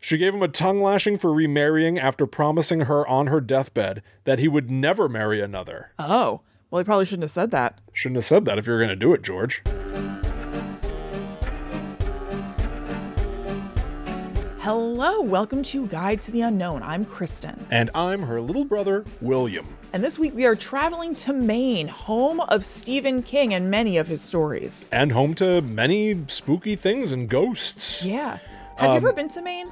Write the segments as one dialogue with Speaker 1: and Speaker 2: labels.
Speaker 1: She gave him a tongue lashing for remarrying after promising her on her deathbed that he would never marry another.
Speaker 2: Oh, well, he probably shouldn't have said that.
Speaker 1: Shouldn't have said that if you were going to do it, George.
Speaker 2: Hello, welcome to Guide to the Unknown. I'm Kristen,
Speaker 1: And I'm her little brother, William.
Speaker 2: and this week we are traveling to Maine, home of Stephen King and many of his stories.
Speaker 1: And home to many spooky things and ghosts.
Speaker 2: Yeah. Have you ever
Speaker 1: Um,
Speaker 2: been to Maine?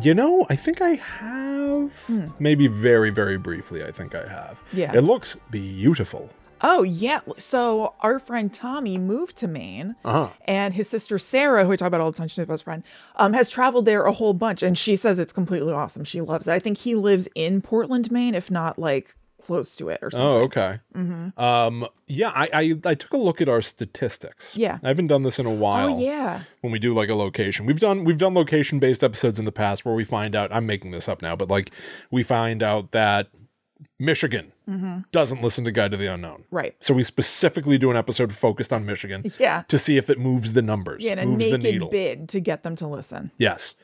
Speaker 1: You know, I think I have. Maybe very, very briefly, I think I have.
Speaker 2: Hmm. Yeah.
Speaker 1: It looks beautiful.
Speaker 2: Oh, yeah. So our friend Tommy moved to Maine,
Speaker 1: Uh-huh.
Speaker 2: and his sister Sarah, who I talk about all the time, she's my best friend, um, has traveled there a whole bunch, and she says it's completely awesome. She loves it. I think he lives in Portland, Maine, if not like close to it or something. Mm-hmm.
Speaker 1: Oh, okay. Um, yeah, I, I I took a look at our statistics.
Speaker 2: Yeah.
Speaker 1: I haven't done this in a while.
Speaker 2: oh yeah.
Speaker 1: when we do like a location. We've done we've done location based episodes in the past where we find out I'm making this up now, but like we find out that Michigan
Speaker 2: Mm-hmm.
Speaker 1: doesn't listen to Guide to the Unknown.
Speaker 2: Right.
Speaker 1: So we specifically do an episode focused on Michigan
Speaker 2: Yeah.
Speaker 1: to see if it moves the numbers,
Speaker 2: Yeah, and a
Speaker 1: moves the
Speaker 2: naked
Speaker 1: needle.
Speaker 2: bid to get them to listen.
Speaker 1: Yes.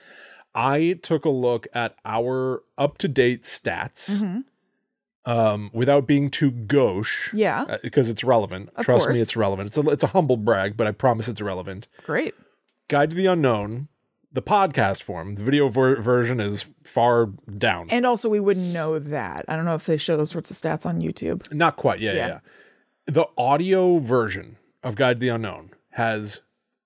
Speaker 1: I took a look at our up to date stats um, without being too gauche.
Speaker 2: Mm-hmm. Yeah.
Speaker 1: uh, Because it's relevant. Trust
Speaker 2: course.
Speaker 1: me, it's relevant. It's a, it's a humble brag, but I promise it's relevant.
Speaker 2: Great.
Speaker 1: Guide to the Unknown, the podcast form, the video ver- version is far down.
Speaker 2: And also, we wouldn't know that. I don't know if they show those sorts of stats on YouTube.
Speaker 1: Not quite. Yeah, yeah,
Speaker 2: Yeah.
Speaker 1: yeah. The audio version of Guide to the Unknown has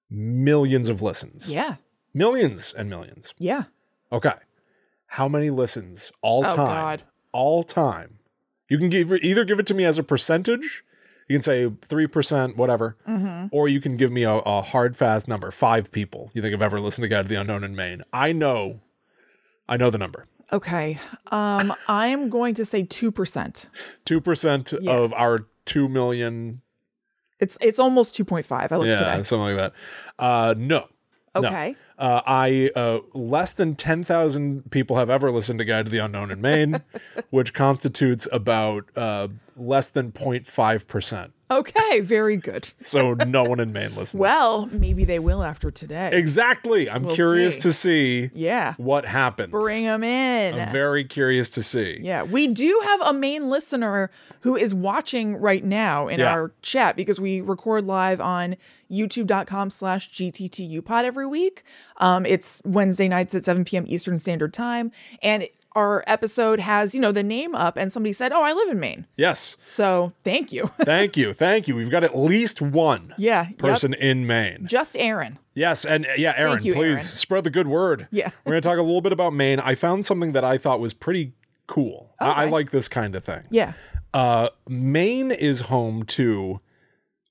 Speaker 1: millions of listens.
Speaker 2: Yeah.
Speaker 1: Millions and millions.
Speaker 2: Yeah.
Speaker 1: Okay. How many listens all
Speaker 2: Oh,
Speaker 1: time?
Speaker 2: God.
Speaker 1: All time. You can give either give it to me as a percentage. You can say 3%, whatever.
Speaker 2: Mm-hmm.
Speaker 1: Or you can give me a, a hard, fast number. Five people you think have ever listened to Guide to the Unknown in Maine. I know. I know the number.
Speaker 2: Okay. Um, I'm going to say two percent.
Speaker 1: two percent
Speaker 2: Yeah.
Speaker 1: of our two million.
Speaker 2: It's it's almost two point five. I looked
Speaker 1: Yeah,
Speaker 2: today.
Speaker 1: something like that. Uh, no. No.
Speaker 2: Okay.
Speaker 1: Uh, I uh, less than ten thousand people have ever listened to Guide to the Unknown in Maine, which constitutes about uh, less than 05 percent.
Speaker 2: Okay. Very good.
Speaker 1: So no one in Maine listens.
Speaker 2: Well, maybe they will after today.
Speaker 1: exactly. I'm
Speaker 2: We'll
Speaker 1: curious
Speaker 2: see.
Speaker 1: to see
Speaker 2: yeah.
Speaker 1: what happens.
Speaker 2: Bring them in.
Speaker 1: I'm very curious to see.
Speaker 2: yeah, we do have a main listener who is watching right now in
Speaker 1: Yeah.
Speaker 2: our chat because we record live on youtube.com slash gttupod every week. Um, it's Wednesday nights at 7 p.m. Eastern Standard Time. And our episode has, you know, the name up and somebody said, oh, I live in Maine.
Speaker 1: Yes.
Speaker 2: So thank you.
Speaker 1: Thank you. Thank you. We've got at least one
Speaker 2: yeah. yep.
Speaker 1: person in Maine.
Speaker 2: Just Aaron.
Speaker 1: Yes, and uh, yeah, Aaron,
Speaker 2: you,
Speaker 1: please
Speaker 2: Aaron.
Speaker 1: spread the good word.
Speaker 2: Yeah.
Speaker 1: We're going to talk a little bit about Maine. I found something that I thought was pretty cool. I, I like this kind of thing.
Speaker 2: Yeah.
Speaker 1: Uh, Maine is home to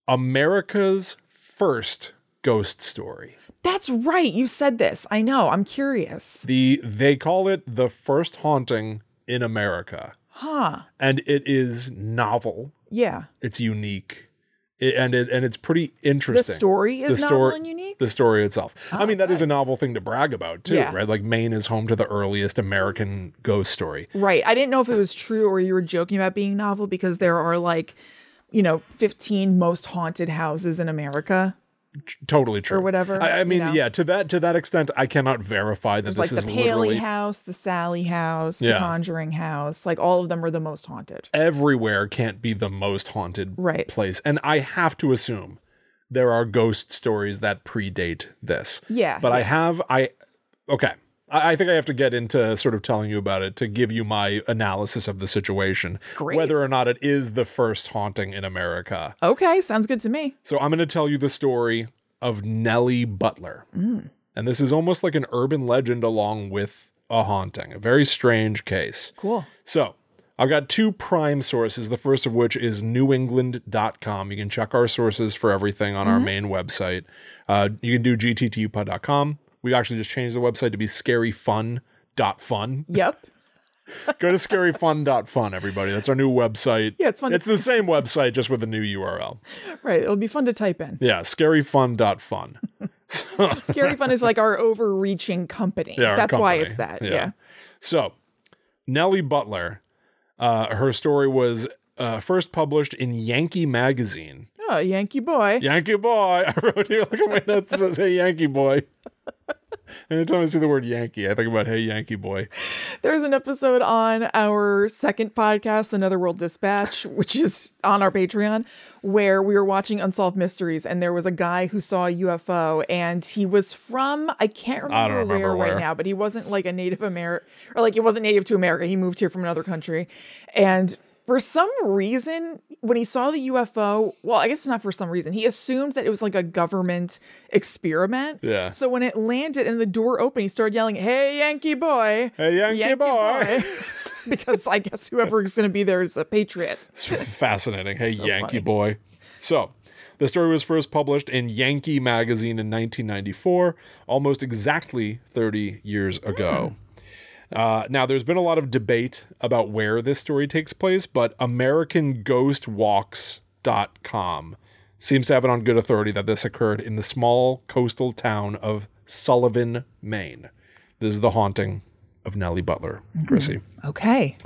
Speaker 1: America's first ghost story.
Speaker 2: That's right. You said this. I know. I'm curious.
Speaker 1: The they call it the first haunting in America,
Speaker 2: Huh.
Speaker 1: and it is novel.
Speaker 2: Yeah.
Speaker 1: It's unique, i- and it and it's pretty
Speaker 2: The
Speaker 1: interesting.
Speaker 2: story is
Speaker 1: the
Speaker 2: novel
Speaker 1: story-
Speaker 2: and unique.
Speaker 1: the story itself. I mean, that is a novel thing to brag about too,
Speaker 2: Yeah.
Speaker 1: right? Like Maine is home to the earliest American ghost story.
Speaker 2: Right. I didn't know if it was true or you were joking about being novel because there are like, you know, 15 most haunted houses in America.
Speaker 1: T- Totally true.
Speaker 2: whatever,
Speaker 1: I, I
Speaker 2: you
Speaker 1: mean,
Speaker 2: know?
Speaker 1: yeah. To that to that extent, I cannot verify that
Speaker 2: It's like
Speaker 1: this
Speaker 2: the
Speaker 1: is
Speaker 2: Paley
Speaker 1: literally
Speaker 2: house, the Sally house,
Speaker 1: Yeah.
Speaker 2: the Conjuring house. Like all of them are the most haunted.
Speaker 1: everywhere can't be the most haunted
Speaker 2: Right.
Speaker 1: place, and I have to assume there are ghost stories that predate this.
Speaker 2: Yeah,
Speaker 1: But I have I okay. I I think I have to get into sort of telling you about it to give you my analysis of the situation,
Speaker 2: Great.
Speaker 1: whether or not it is the first haunting in America.
Speaker 2: Okay. Sounds good to me.
Speaker 1: So I'm going to tell you the story of Nellie Butler. And this is almost like an urban legend along with a haunting, a very strange case.
Speaker 2: Cool.
Speaker 1: So I've got two prime sources, the first of which is newengland.com. You can check our sources for everything on our
Speaker 2: Mm-hmm.
Speaker 1: main website. Uh, you can do gttupod.com. We actually just changed the website to be scaryfun.fun.
Speaker 2: Yep.
Speaker 1: Go to scaryfun.fun, everybody. That's our new website.
Speaker 2: Yeah, it's fun to-
Speaker 1: It's the same website, just with a new URL.
Speaker 2: Right. It'll be fun to type in.
Speaker 1: Yeah, scaryfun.fun.
Speaker 2: Scary Fun is like our overreaching company.
Speaker 1: Yeah, our
Speaker 2: That's why
Speaker 1: company.
Speaker 2: it's that. Yeah.
Speaker 1: So, Nellie Butler, uh, her story was uh, first published in Yankee Magazine.
Speaker 2: Oh, Yankee boy.
Speaker 1: Yankee Boy. I wrote here like, wait, no, it says, hey, Yankee Boy. Anytime I see the word Yankee, I think about Hey Yankee Boy.
Speaker 2: There's an episode on our second podcast, The Netherworld Dispatch, which is on our Patreon, where we were watching Unsolved Mysteries, and there was a guy who saw a UFO, and he was from I can't remember,
Speaker 1: I don't remember
Speaker 2: where right
Speaker 1: where.
Speaker 2: now, but he wasn't like a Native American, or like he wasn't native to America. He moved here from another country, and. For some reason, when he saw the UFO, well, I guess not for some reason, he assumed that it was like a government experiment.
Speaker 1: Yeah.
Speaker 2: So when it landed and the door opened, he started yelling, "Hey, Yankee boy!"
Speaker 1: Hey, Yankee boy.
Speaker 2: because I guess whoever is going to be there is a patriot.
Speaker 1: It's fascinating. Hey
Speaker 2: So
Speaker 1: Yankee
Speaker 2: funny.
Speaker 1: Boy. So. The story was first published in Yankee magazine in 1994, almost exactly 30 years
Speaker 2: Hmm.
Speaker 1: ago. Uh, now, there's been a lot of debate about where this story takes place, but AmericanGhostWalks.com seems to have it on good authority that this occurred in the small coastal town of Sullivan, Maine. This is the haunting of Nellie Butler, Chrissy.
Speaker 2: Okay.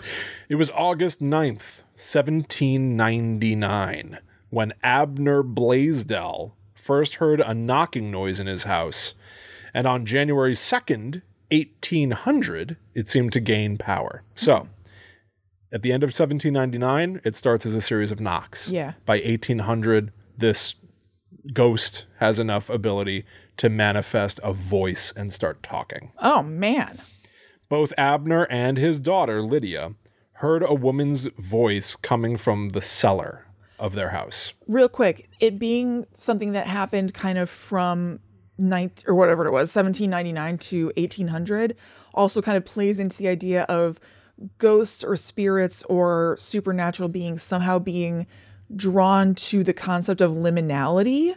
Speaker 1: It was August 9th, 1799, when Abner Blaisdell first heard a knocking noise in his house, and on January 2nd, 1800, it seemed to gain power. So, at the end of 1799, it starts as a series of knocks.
Speaker 2: Yeah.
Speaker 1: By 1800, this ghost has enough ability to manifest a voice and start talking.
Speaker 2: Oh man.
Speaker 1: Both Abner and his daughter, Lydia, heard a woman's voice coming from the cellar of their house.
Speaker 2: Real quick, it being something that happened kind of from ninth or whatever it was, 1799 to 1800, also kind of plays into the idea of ghosts or spirits or supernatural beings somehow being drawn to the concept of liminality.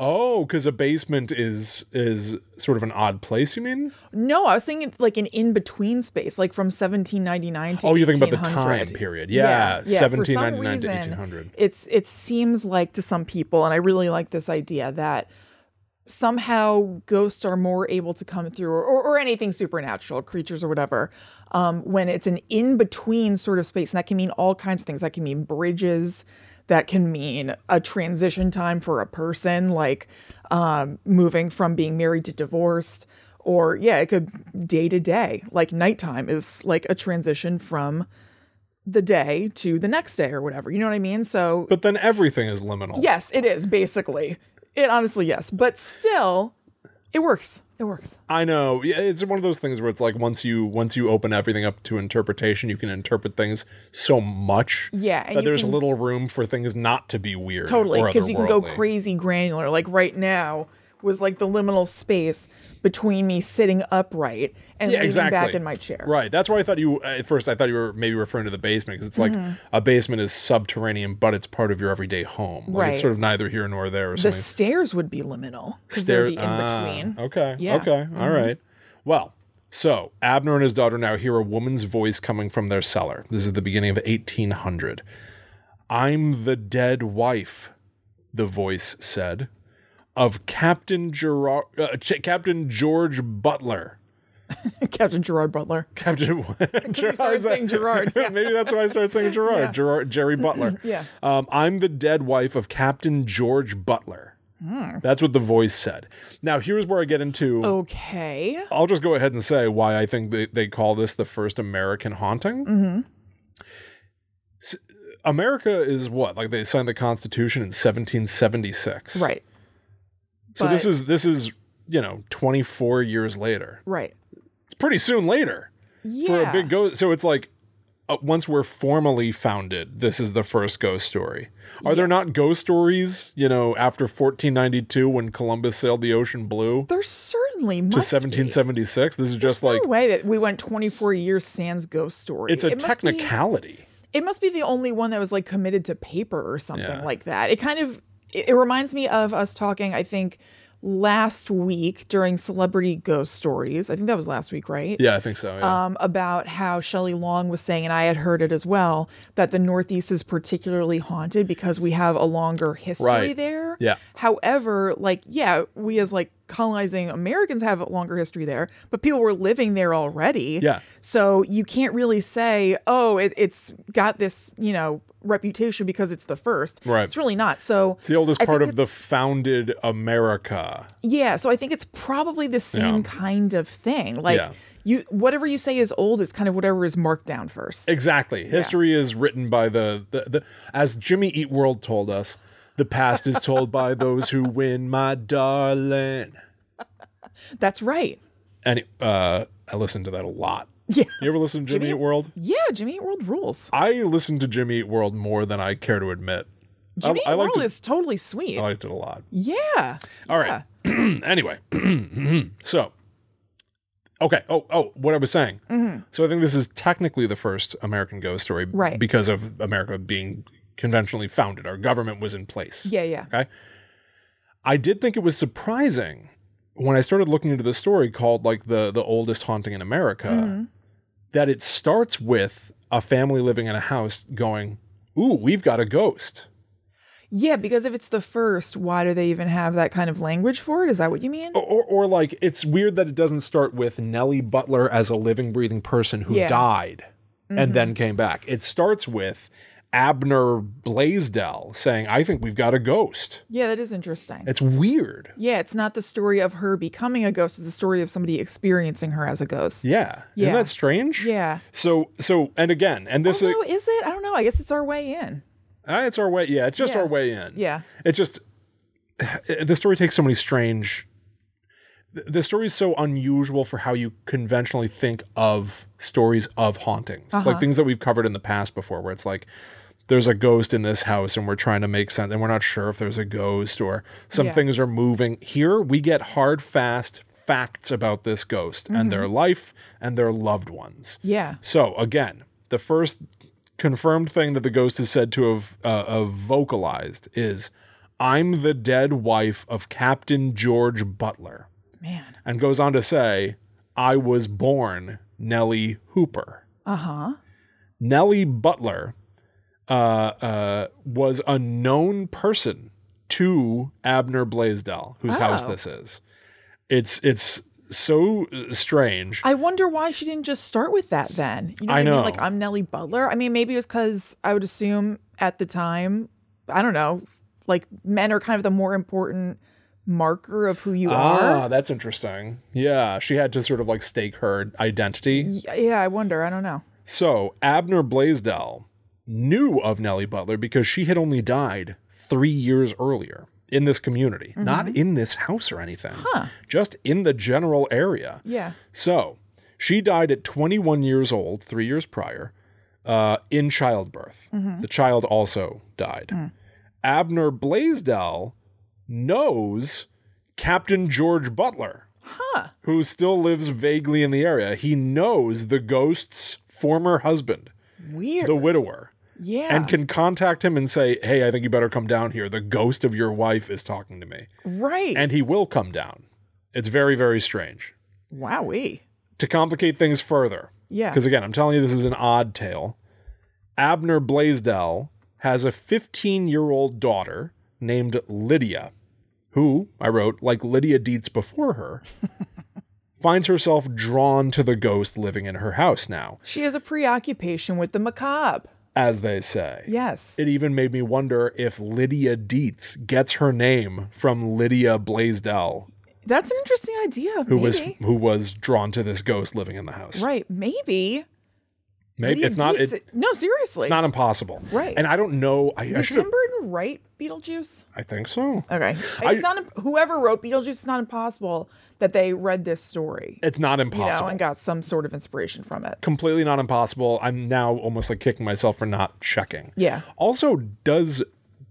Speaker 1: Oh, because a basement is is sort of an odd place, you mean?
Speaker 2: No, I was thinking like an in between space, like from 1799 to
Speaker 1: Oh, you're thinking about the
Speaker 2: 1800.
Speaker 1: time period. Yeah,
Speaker 2: For some
Speaker 1: 1799 to
Speaker 2: reason,
Speaker 1: 1800.
Speaker 2: It's it seems like to some people, and I really like this idea that somehow ghosts are more able to come through, or or, or anything supernatural, creatures or whatever, um, when it's an in between sort of space, and that can mean all kinds of things. That can mean bridges. That can mean a transition time for a person, like um, moving from being married to divorced, or yeah, it could day to day. Like nighttime is like a transition from the day to the next day or whatever. You know what I mean? So,
Speaker 1: But then everything is liminal.
Speaker 2: yes, it is basically. It honestly, yes. But still, it works. It works.
Speaker 1: I know. Yeah, it's one of those things where it's like once you once you open everything up to interpretation, you can interpret things so much.
Speaker 2: Yeah, and
Speaker 1: that
Speaker 2: you
Speaker 1: there's
Speaker 2: can-
Speaker 1: little room for things not to be weird.
Speaker 2: Totally.
Speaker 1: or
Speaker 2: Because you can go
Speaker 1: otherworldly.
Speaker 2: crazy granular. Like right now was like the liminal space between me sitting upright and leaning back in my chair.
Speaker 1: Right. That's why I thought you uh, at first. I thought you were maybe referring to the basement because it's like
Speaker 2: Mm-hmm.
Speaker 1: a basement is subterranean, but it's part of your everyday home. Like
Speaker 2: Right.
Speaker 1: It's sort of neither here nor there. Or
Speaker 2: The
Speaker 1: something.
Speaker 2: stairs would be liminal because
Speaker 1: Stair-
Speaker 2: they're the in
Speaker 1: ah,
Speaker 2: between.
Speaker 1: okay.
Speaker 2: Yeah. Mm-hmm.
Speaker 1: Okay. all right. Well, so Abner and his daughter now hear a woman's voice coming from their cellar. This is the beginning of 1800. I'm the dead wife, the voice said, of Captain Gerard, uh, Ch- Captain George Butler.
Speaker 2: Captain Gerard Butler.
Speaker 1: Captain Gerard.
Speaker 2: started saying Gerard, yeah.
Speaker 1: Maybe that's why I started saying Gerard. Gerard Jerry Butler.
Speaker 2: Yeah.
Speaker 1: Um, I'm the dead wife of Captain George Butler.
Speaker 2: Hmm.
Speaker 1: That's what the voice said. Now here's where I get into.
Speaker 2: Oh. Okay.
Speaker 1: I'll just go ahead and say why I think they, they call this the first American haunting.
Speaker 2: Mm-hmm.
Speaker 1: S- America is what like they signed the Constitution in 1776.
Speaker 2: Right.
Speaker 1: So this
Speaker 2: but-
Speaker 1: is this is you know 24 years later.
Speaker 2: Right.
Speaker 1: It's pretty soon later
Speaker 2: Yeah.
Speaker 1: for a big ghost. So it's like uh, once we're formally founded, this is the first ghost story. Are there not ghost stories, you know, after 1492 when Columbus sailed the ocean blue
Speaker 2: There certainly must
Speaker 1: to
Speaker 2: be.
Speaker 1: 1776? This is just
Speaker 2: There's
Speaker 1: like
Speaker 2: no way that we went 24 years sans ghost story.
Speaker 1: it's a
Speaker 2: It must be-
Speaker 1: technicality.
Speaker 2: it must be the only one that was like committed to paper or something like that. It kind of it, it reminds me of us talking. I think last week during celebrity ghost stories. I think that was last week, right?
Speaker 1: yeah, I think so. Yeah.
Speaker 2: um, about how Shelley Long was saying, and I had heard it as well, that the Northeast is particularly haunted because we have a longer history
Speaker 1: Right.
Speaker 2: there.
Speaker 1: Yeah.
Speaker 2: However, like, yeah, we as like colonizing Americans have a longer history there, but people were living there already.
Speaker 1: Yeah.
Speaker 2: So you can't really say, oh, it, it's got this, you know, reputation because it's the first.
Speaker 1: Right.
Speaker 2: It's really not. So
Speaker 1: It's the oldest
Speaker 2: I
Speaker 1: part
Speaker 2: think
Speaker 1: of the
Speaker 2: it's-
Speaker 1: founded America.
Speaker 2: yeah, so I think it's probably the same
Speaker 1: Yeah.
Speaker 2: kind of thing. Like
Speaker 1: Yeah.
Speaker 2: you whatever you say is old is kind of whatever is marked down first.
Speaker 1: Exactly. History is written by the, the, the as Jimmy Eat World told us, the past is told by those who win, my darling.
Speaker 2: That's right.
Speaker 1: And uh, I listened to that a lot.
Speaker 2: Yeah.
Speaker 1: You ever listen to Jimmy, Eat World?
Speaker 2: Yeah, Jimmy Eat World rules.
Speaker 1: I listened to Jimmy Eat World more than I care to admit.
Speaker 2: Jimmy
Speaker 1: I Uh,
Speaker 2: Eat
Speaker 1: liked
Speaker 2: World
Speaker 1: it.
Speaker 2: is totally sweet.
Speaker 1: I liked it a lot.
Speaker 2: yeah.
Speaker 1: All right. anyway, so okay. Oh, oh, what I was saying. So I think this is technically the first American ghost story,
Speaker 2: Mm-hmm. Right.
Speaker 1: Because of America being conventionally founded, our government was in place.
Speaker 2: Yeah, yeah.
Speaker 1: Okay. I did think it was surprising when I started looking into the story called like the the oldest haunting in America
Speaker 2: Mm-hmm.
Speaker 1: that it starts with a family living in a house going, "Ooh, we've got a ghost."
Speaker 2: Yeah, because if it's the first, why do they even have that kind of language for it? Is that what you mean?
Speaker 1: Or, or, or like it's weird that it doesn't start with Nellie Butler as a living, breathing person who
Speaker 2: Yeah. Mm-hmm.
Speaker 1: died and then came back. It starts with Abner Blaisdell saying, "I think we've got a ghost."
Speaker 2: Yeah, that is interesting.
Speaker 1: It's weird.
Speaker 2: Yeah, it's not the story of her becoming a ghost, it's the story of somebody experiencing her as a ghost.
Speaker 1: Yeah, isn't
Speaker 2: Yeah.
Speaker 1: that strange?
Speaker 2: Yeah.
Speaker 1: So so and again, and this
Speaker 2: Although, is it? I don't know. I guess it's our way in.
Speaker 1: Uh, it's our way. Yeah, it's just
Speaker 2: Yeah.
Speaker 1: our way in.
Speaker 2: Yeah.
Speaker 1: It's just the story takes so many strange. th- The story is so unusual for how you conventionally think of stories of hauntings,
Speaker 2: Uh-huh.
Speaker 1: like things that we've covered in the past before, where it's like there's a ghost in this house and we're trying to make sense and we're not sure if there's a ghost or some
Speaker 2: Yeah.
Speaker 1: things are moving. Here we get hard, fast facts about this ghost and
Speaker 2: Mm-hmm.
Speaker 1: their life and their loved ones.
Speaker 2: Yeah.
Speaker 1: So again, the first confirmed thing that the ghost is said to have, uh, have vocalized is, "I'm the dead wife of Captain George Butler,"
Speaker 2: Man.
Speaker 1: and goes on to say, "I was born Nellie Hooper."
Speaker 2: Uh huh.
Speaker 1: Nellie Butler uh, uh, was a known person to Abner Blaisdell, whose house
Speaker 2: Oh.
Speaker 1: this is. It's it's so uh, strange.
Speaker 2: I wonder why she didn't just start with that then. You know
Speaker 1: I
Speaker 2: what I,
Speaker 1: know.
Speaker 2: mean? Like, I'm Nellie Butler. I mean, maybe it was because I would assume at the time, I don't know, like men are kind of the more important marker of who you
Speaker 1: Ah,
Speaker 2: are.
Speaker 1: that's interesting. Yeah, she had to sort of like stake her identity.
Speaker 2: Y- Yeah, I wonder. I don't know.
Speaker 1: So Abner Blaisdell knew of Nellie Butler because she had only died three years earlier in this community, not
Speaker 2: Mm-hmm.
Speaker 1: in this house or anything, just in the general area.
Speaker 2: Yeah.
Speaker 1: So she died at 21 years old, three years prior, uh, in childbirth. The child also died. Abner Blaisdell knows Captain George Butler, who still lives vaguely in the area. He knows the ghost's former husband,
Speaker 2: Weird.
Speaker 1: the widower,
Speaker 2: yeah.
Speaker 1: and can contact him and say, Hey, I think you better come down here. The ghost of your wife is talking to me.
Speaker 2: right.
Speaker 1: And he will come down. It's very, very strange.
Speaker 2: Wowee.
Speaker 1: To complicate things further,
Speaker 2: Yeah.
Speaker 1: because again, I'm telling you, this is an odd tale. Abner Blaisdell has a 15 year old daughter named Lydia, who I wrote, like Lydia Dietz before her, finds herself drawn to the ghost living in her house now,
Speaker 2: She has a preoccupation with the macabre.
Speaker 1: as they say.
Speaker 2: Yes.
Speaker 1: It even made me wonder if Lydia Dietz gets her name from Lydia Blaisdell,
Speaker 2: That's an interesting idea.
Speaker 1: who
Speaker 2: maybe.
Speaker 1: was who was drawn to this ghost living in the house.
Speaker 2: right. Maybe.
Speaker 1: Maybe
Speaker 2: Lydia
Speaker 1: it's not
Speaker 2: Dietz-
Speaker 1: it-
Speaker 2: no, seriously.
Speaker 1: it's not impossible.
Speaker 2: Right.
Speaker 1: And I don't know. I, I
Speaker 2: Did
Speaker 1: should have
Speaker 2: Tim Burton write Beetlejuice?
Speaker 1: I think so.
Speaker 2: Okay.
Speaker 1: I-
Speaker 2: It's not whoever wrote Beetlejuice. It's not impossible that they read this story,
Speaker 1: It's not
Speaker 2: you
Speaker 1: impossible.
Speaker 2: know, and got some sort of inspiration from it.
Speaker 1: Completely not impossible. I'm now almost like kicking myself for not checking.
Speaker 2: Yeah.
Speaker 1: Also, does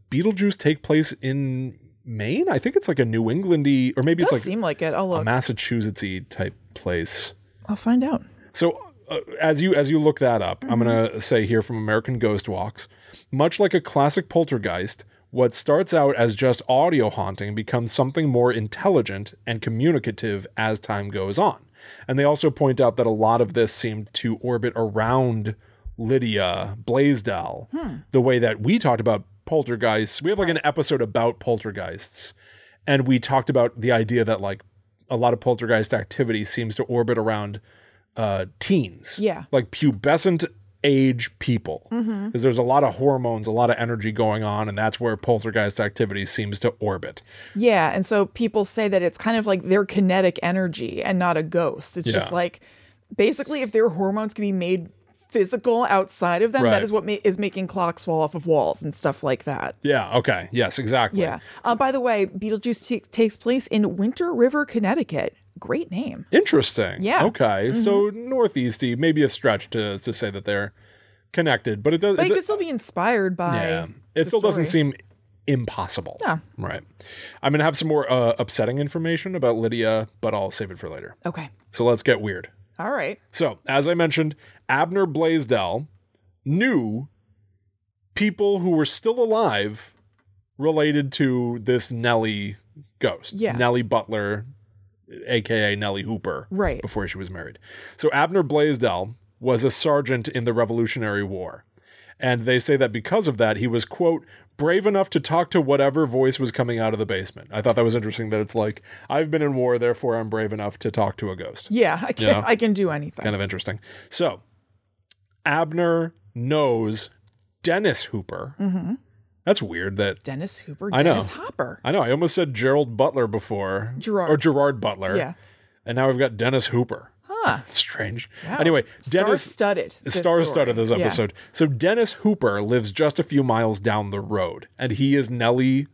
Speaker 1: Beetlejuice take place in Maine? I think it's like a New Englandy, or maybe
Speaker 2: Does
Speaker 1: it's like
Speaker 2: seem like it. I'll
Speaker 1: a
Speaker 2: look.
Speaker 1: Massachusettsy type place.
Speaker 2: I'll find out.
Speaker 1: So uh, as you as you look that up, I'm gonna say here from American Ghost Walks, much like a classic poltergeist, what starts out as just audio haunting becomes something more intelligent and communicative as time goes on. And they also point out that a lot of this seemed to orbit around Lydia Blaisdell, the way that we talked about poltergeists. We have like an episode about poltergeists, and we talked about the idea that like a lot of poltergeist activity seems to orbit around uh, teens.
Speaker 2: Yeah. Mm-hmm.
Speaker 1: Like pubescent age people. Because there's a lot of hormones, a lot of energy going on, and that's where poltergeist activity seems to orbit.
Speaker 2: Yeah, and so people say that it's kind of like their kinetic energy and not a ghost. It's just
Speaker 1: Yeah.
Speaker 2: like basically if their hormones can be made physical outside of them,
Speaker 1: Right.
Speaker 2: that is what ma- is making clocks fall off of walls and stuff like that.
Speaker 1: Yeah. Okay. Yes, exactly.
Speaker 2: Yeah. Uh, by the way, Beetlejuice t- takes place in Winter River, Connecticut. Great name.
Speaker 1: Interesting.
Speaker 2: Yeah. Mm-hmm.
Speaker 1: Okay. So northeasty, maybe a stretch to to say that they're connected, but it does.
Speaker 2: But
Speaker 1: it
Speaker 2: it
Speaker 1: do-
Speaker 2: could still be inspired by.
Speaker 1: yeah. It still doesn't seem impossible.
Speaker 2: No.
Speaker 1: Right. I'm gonna have some more uh, upsetting information about Lydia, but I'll save it for later.
Speaker 2: Okay.
Speaker 1: So let's get weird.
Speaker 2: All right.
Speaker 1: So, as I mentioned, Abner Blaisdell knew people who were still alive related to this Nellie ghost.
Speaker 2: Yeah.
Speaker 1: Nellie Butler, aka Nellie Hooper,
Speaker 2: Right.
Speaker 1: before she was married. So, Abner Blaisdell was a sergeant in the Revolutionary War. And they say that because of that, he was, quote, brave enough to talk to whatever voice was coming out of the basement. I thought that was interesting that it's like, I've been in war, therefore I'm brave enough to talk to a ghost
Speaker 2: Yeah. I can.
Speaker 1: Yeah.
Speaker 2: I can do anything.
Speaker 1: kind of interesting. So, Abner knows Dennis Hooper.
Speaker 2: Mm-hmm.
Speaker 1: That's weird. That
Speaker 2: Dennis Hooper.
Speaker 1: I know.
Speaker 2: Dennis Hopper.
Speaker 1: I know. I almost said Gerald Butler before,
Speaker 2: Gerard.
Speaker 1: or Gerard Butler.
Speaker 2: Yeah.
Speaker 1: and now we've got Dennis Hooper.
Speaker 2: Huh.
Speaker 1: Strange. Anyway, Dennis
Speaker 2: Star-studded. this
Speaker 1: star-studded
Speaker 2: story.
Speaker 1: this
Speaker 2: Yeah.
Speaker 1: episode. So Dennis Hooper lives just a few miles down the road, and he is Nellie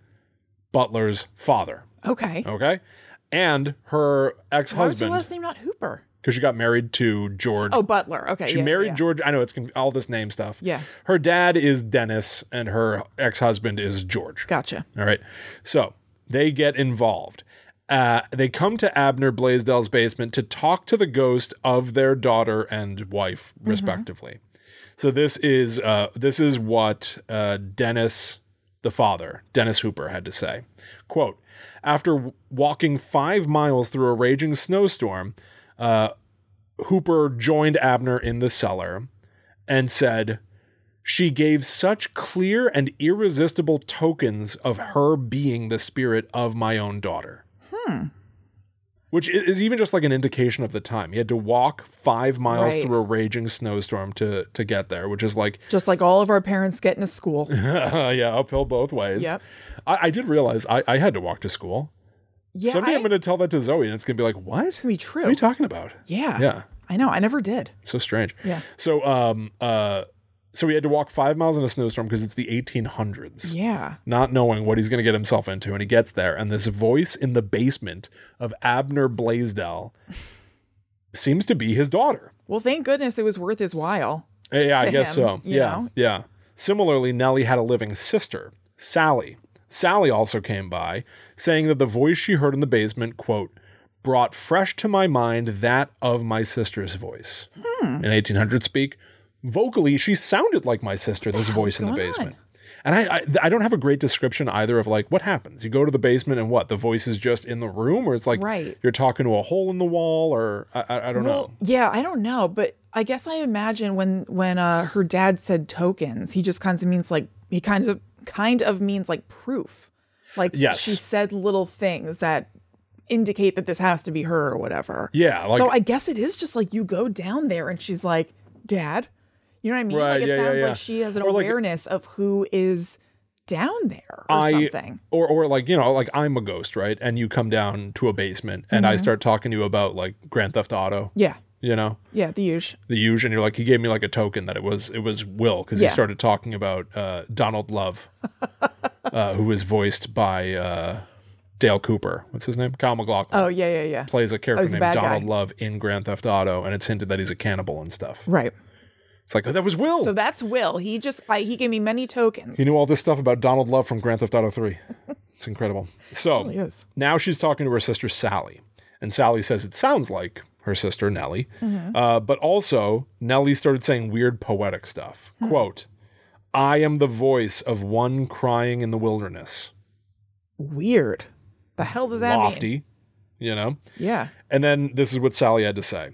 Speaker 1: Butler's father.
Speaker 2: Okay.
Speaker 1: Okay, and her
Speaker 2: Why was her
Speaker 1: ex-husband
Speaker 2: last name not Hooper?
Speaker 1: because she got married to George
Speaker 2: Oh, Butler. Okay.
Speaker 1: She
Speaker 2: yeah,
Speaker 1: married
Speaker 2: yeah.
Speaker 1: George. I know it's con- all this name stuff.
Speaker 2: Yeah.
Speaker 1: Her dad is Dennis, and her ex husband is George.
Speaker 2: Gotcha.
Speaker 1: All right. So they get involved. Uh, they come to Abner Blaisdell's basement to talk to the ghost of their daughter and wife, respectively. So this is uh, this is what uh, Dennis, the father, Dennis Hooper, had to say. Quote: After w- walking five miles through a raging snowstorm, uh, Hooper joined Abner in the cellar and said, she gave such clear and irresistible tokens of her being the spirit of my own daughter. Hmm. Which i- is even just like an indication of the time. He had to walk five miles
Speaker 2: Right.
Speaker 1: through a raging snowstorm to to get there, which is like,
Speaker 2: Just like all of our parents get into school.
Speaker 1: yeah, uphill both ways.
Speaker 2: Yep.
Speaker 1: I, I did realize I, I had to walk to school.
Speaker 2: Yeah.
Speaker 1: Someday
Speaker 2: I,
Speaker 1: I'm going to tell that to Zoe, and it's going to be like, what? What
Speaker 2: it's gonna be true.
Speaker 1: are you talking about?
Speaker 2: yeah.
Speaker 1: Yeah.
Speaker 2: I know. I never did.
Speaker 1: So strange.
Speaker 2: Yeah.
Speaker 1: So um uh so he had to walk five miles in a snowstorm because it's the 1800s.
Speaker 2: Yeah.
Speaker 1: Not knowing what he's going to get himself into, and he gets there, and this voice in the basement of Abner Blaisdell seems to be his daughter.
Speaker 2: Well, thank goodness it was worth his while.
Speaker 1: Yeah, I
Speaker 2: to
Speaker 1: guess
Speaker 2: him,
Speaker 1: so.
Speaker 2: you
Speaker 1: Yeah,
Speaker 2: know?
Speaker 1: yeah. Similarly, Nellie had a living sister, Sally. Sally also came by, saying that the voice she heard in the basement, quote, brought fresh to my mind that of my sister's voice.
Speaker 2: Hmm.
Speaker 1: In 1800 speak, vocally, she sounded like my sister, this voice in the
Speaker 2: going on?
Speaker 1: basement. And I, I, I don't have a great description either of like what happens. You go to the basement and what? The voice is just in the room, or it's like
Speaker 2: Right.
Speaker 1: you're talking to a hole in the wall, or I, I, I don't know.
Speaker 2: Well, yeah, I don't know, but I guess I imagine when when uh, her dad said tokens, he just kind of means like he kind of kind of means like proof, like
Speaker 1: Yes.
Speaker 2: she said little things that indicate that this has to be her or whatever.
Speaker 1: Yeah, like-
Speaker 2: so I guess it is just like you go down there and she's like, "Dad," you know what I mean?
Speaker 1: Right,
Speaker 2: like it
Speaker 1: yeah, yeah,
Speaker 2: sounds
Speaker 1: yeah.
Speaker 2: like she has an
Speaker 1: Or like-
Speaker 2: awareness of who is down there or
Speaker 1: I-
Speaker 2: something.
Speaker 1: or or like you know like i'm a ghost right and you come down to a basement and i start talking to you about like grand theft auto
Speaker 2: Mm-hmm. Yeah,
Speaker 1: you know
Speaker 2: yeah, the usual.
Speaker 1: the huge and you're like he gave me like a token that it was it was will because
Speaker 2: Yeah.
Speaker 1: he started talking about uh donald love uh who was voiced by uh dale cooper what's his name kyle mclaughlin
Speaker 2: Oh yeah, yeah, yeah.
Speaker 1: plays a character
Speaker 2: he's the
Speaker 1: named
Speaker 2: bad guy.
Speaker 1: donald love in grand theft auto and it's hinted that he's a cannibal and stuff
Speaker 2: Right.
Speaker 1: it's like oh, that was will
Speaker 2: So that's Will. He just I, he gave me many tokens.
Speaker 1: he knew all this stuff about donald love from grand theft auto 3 it's incredible so
Speaker 2: Yes.
Speaker 1: Now she's talking to her sister Sally, and Sally says it sounds like her sister Nellie.
Speaker 2: Mm-hmm.
Speaker 1: Uh, but also, Nellie started saying weird poetic stuff.
Speaker 2: Hmm.
Speaker 1: Quote, I am the voice of one crying in the wilderness.
Speaker 2: Weird. The hell does that mean?
Speaker 1: Lofty, you know?
Speaker 2: Yeah.
Speaker 1: And then this is what Sally had to say.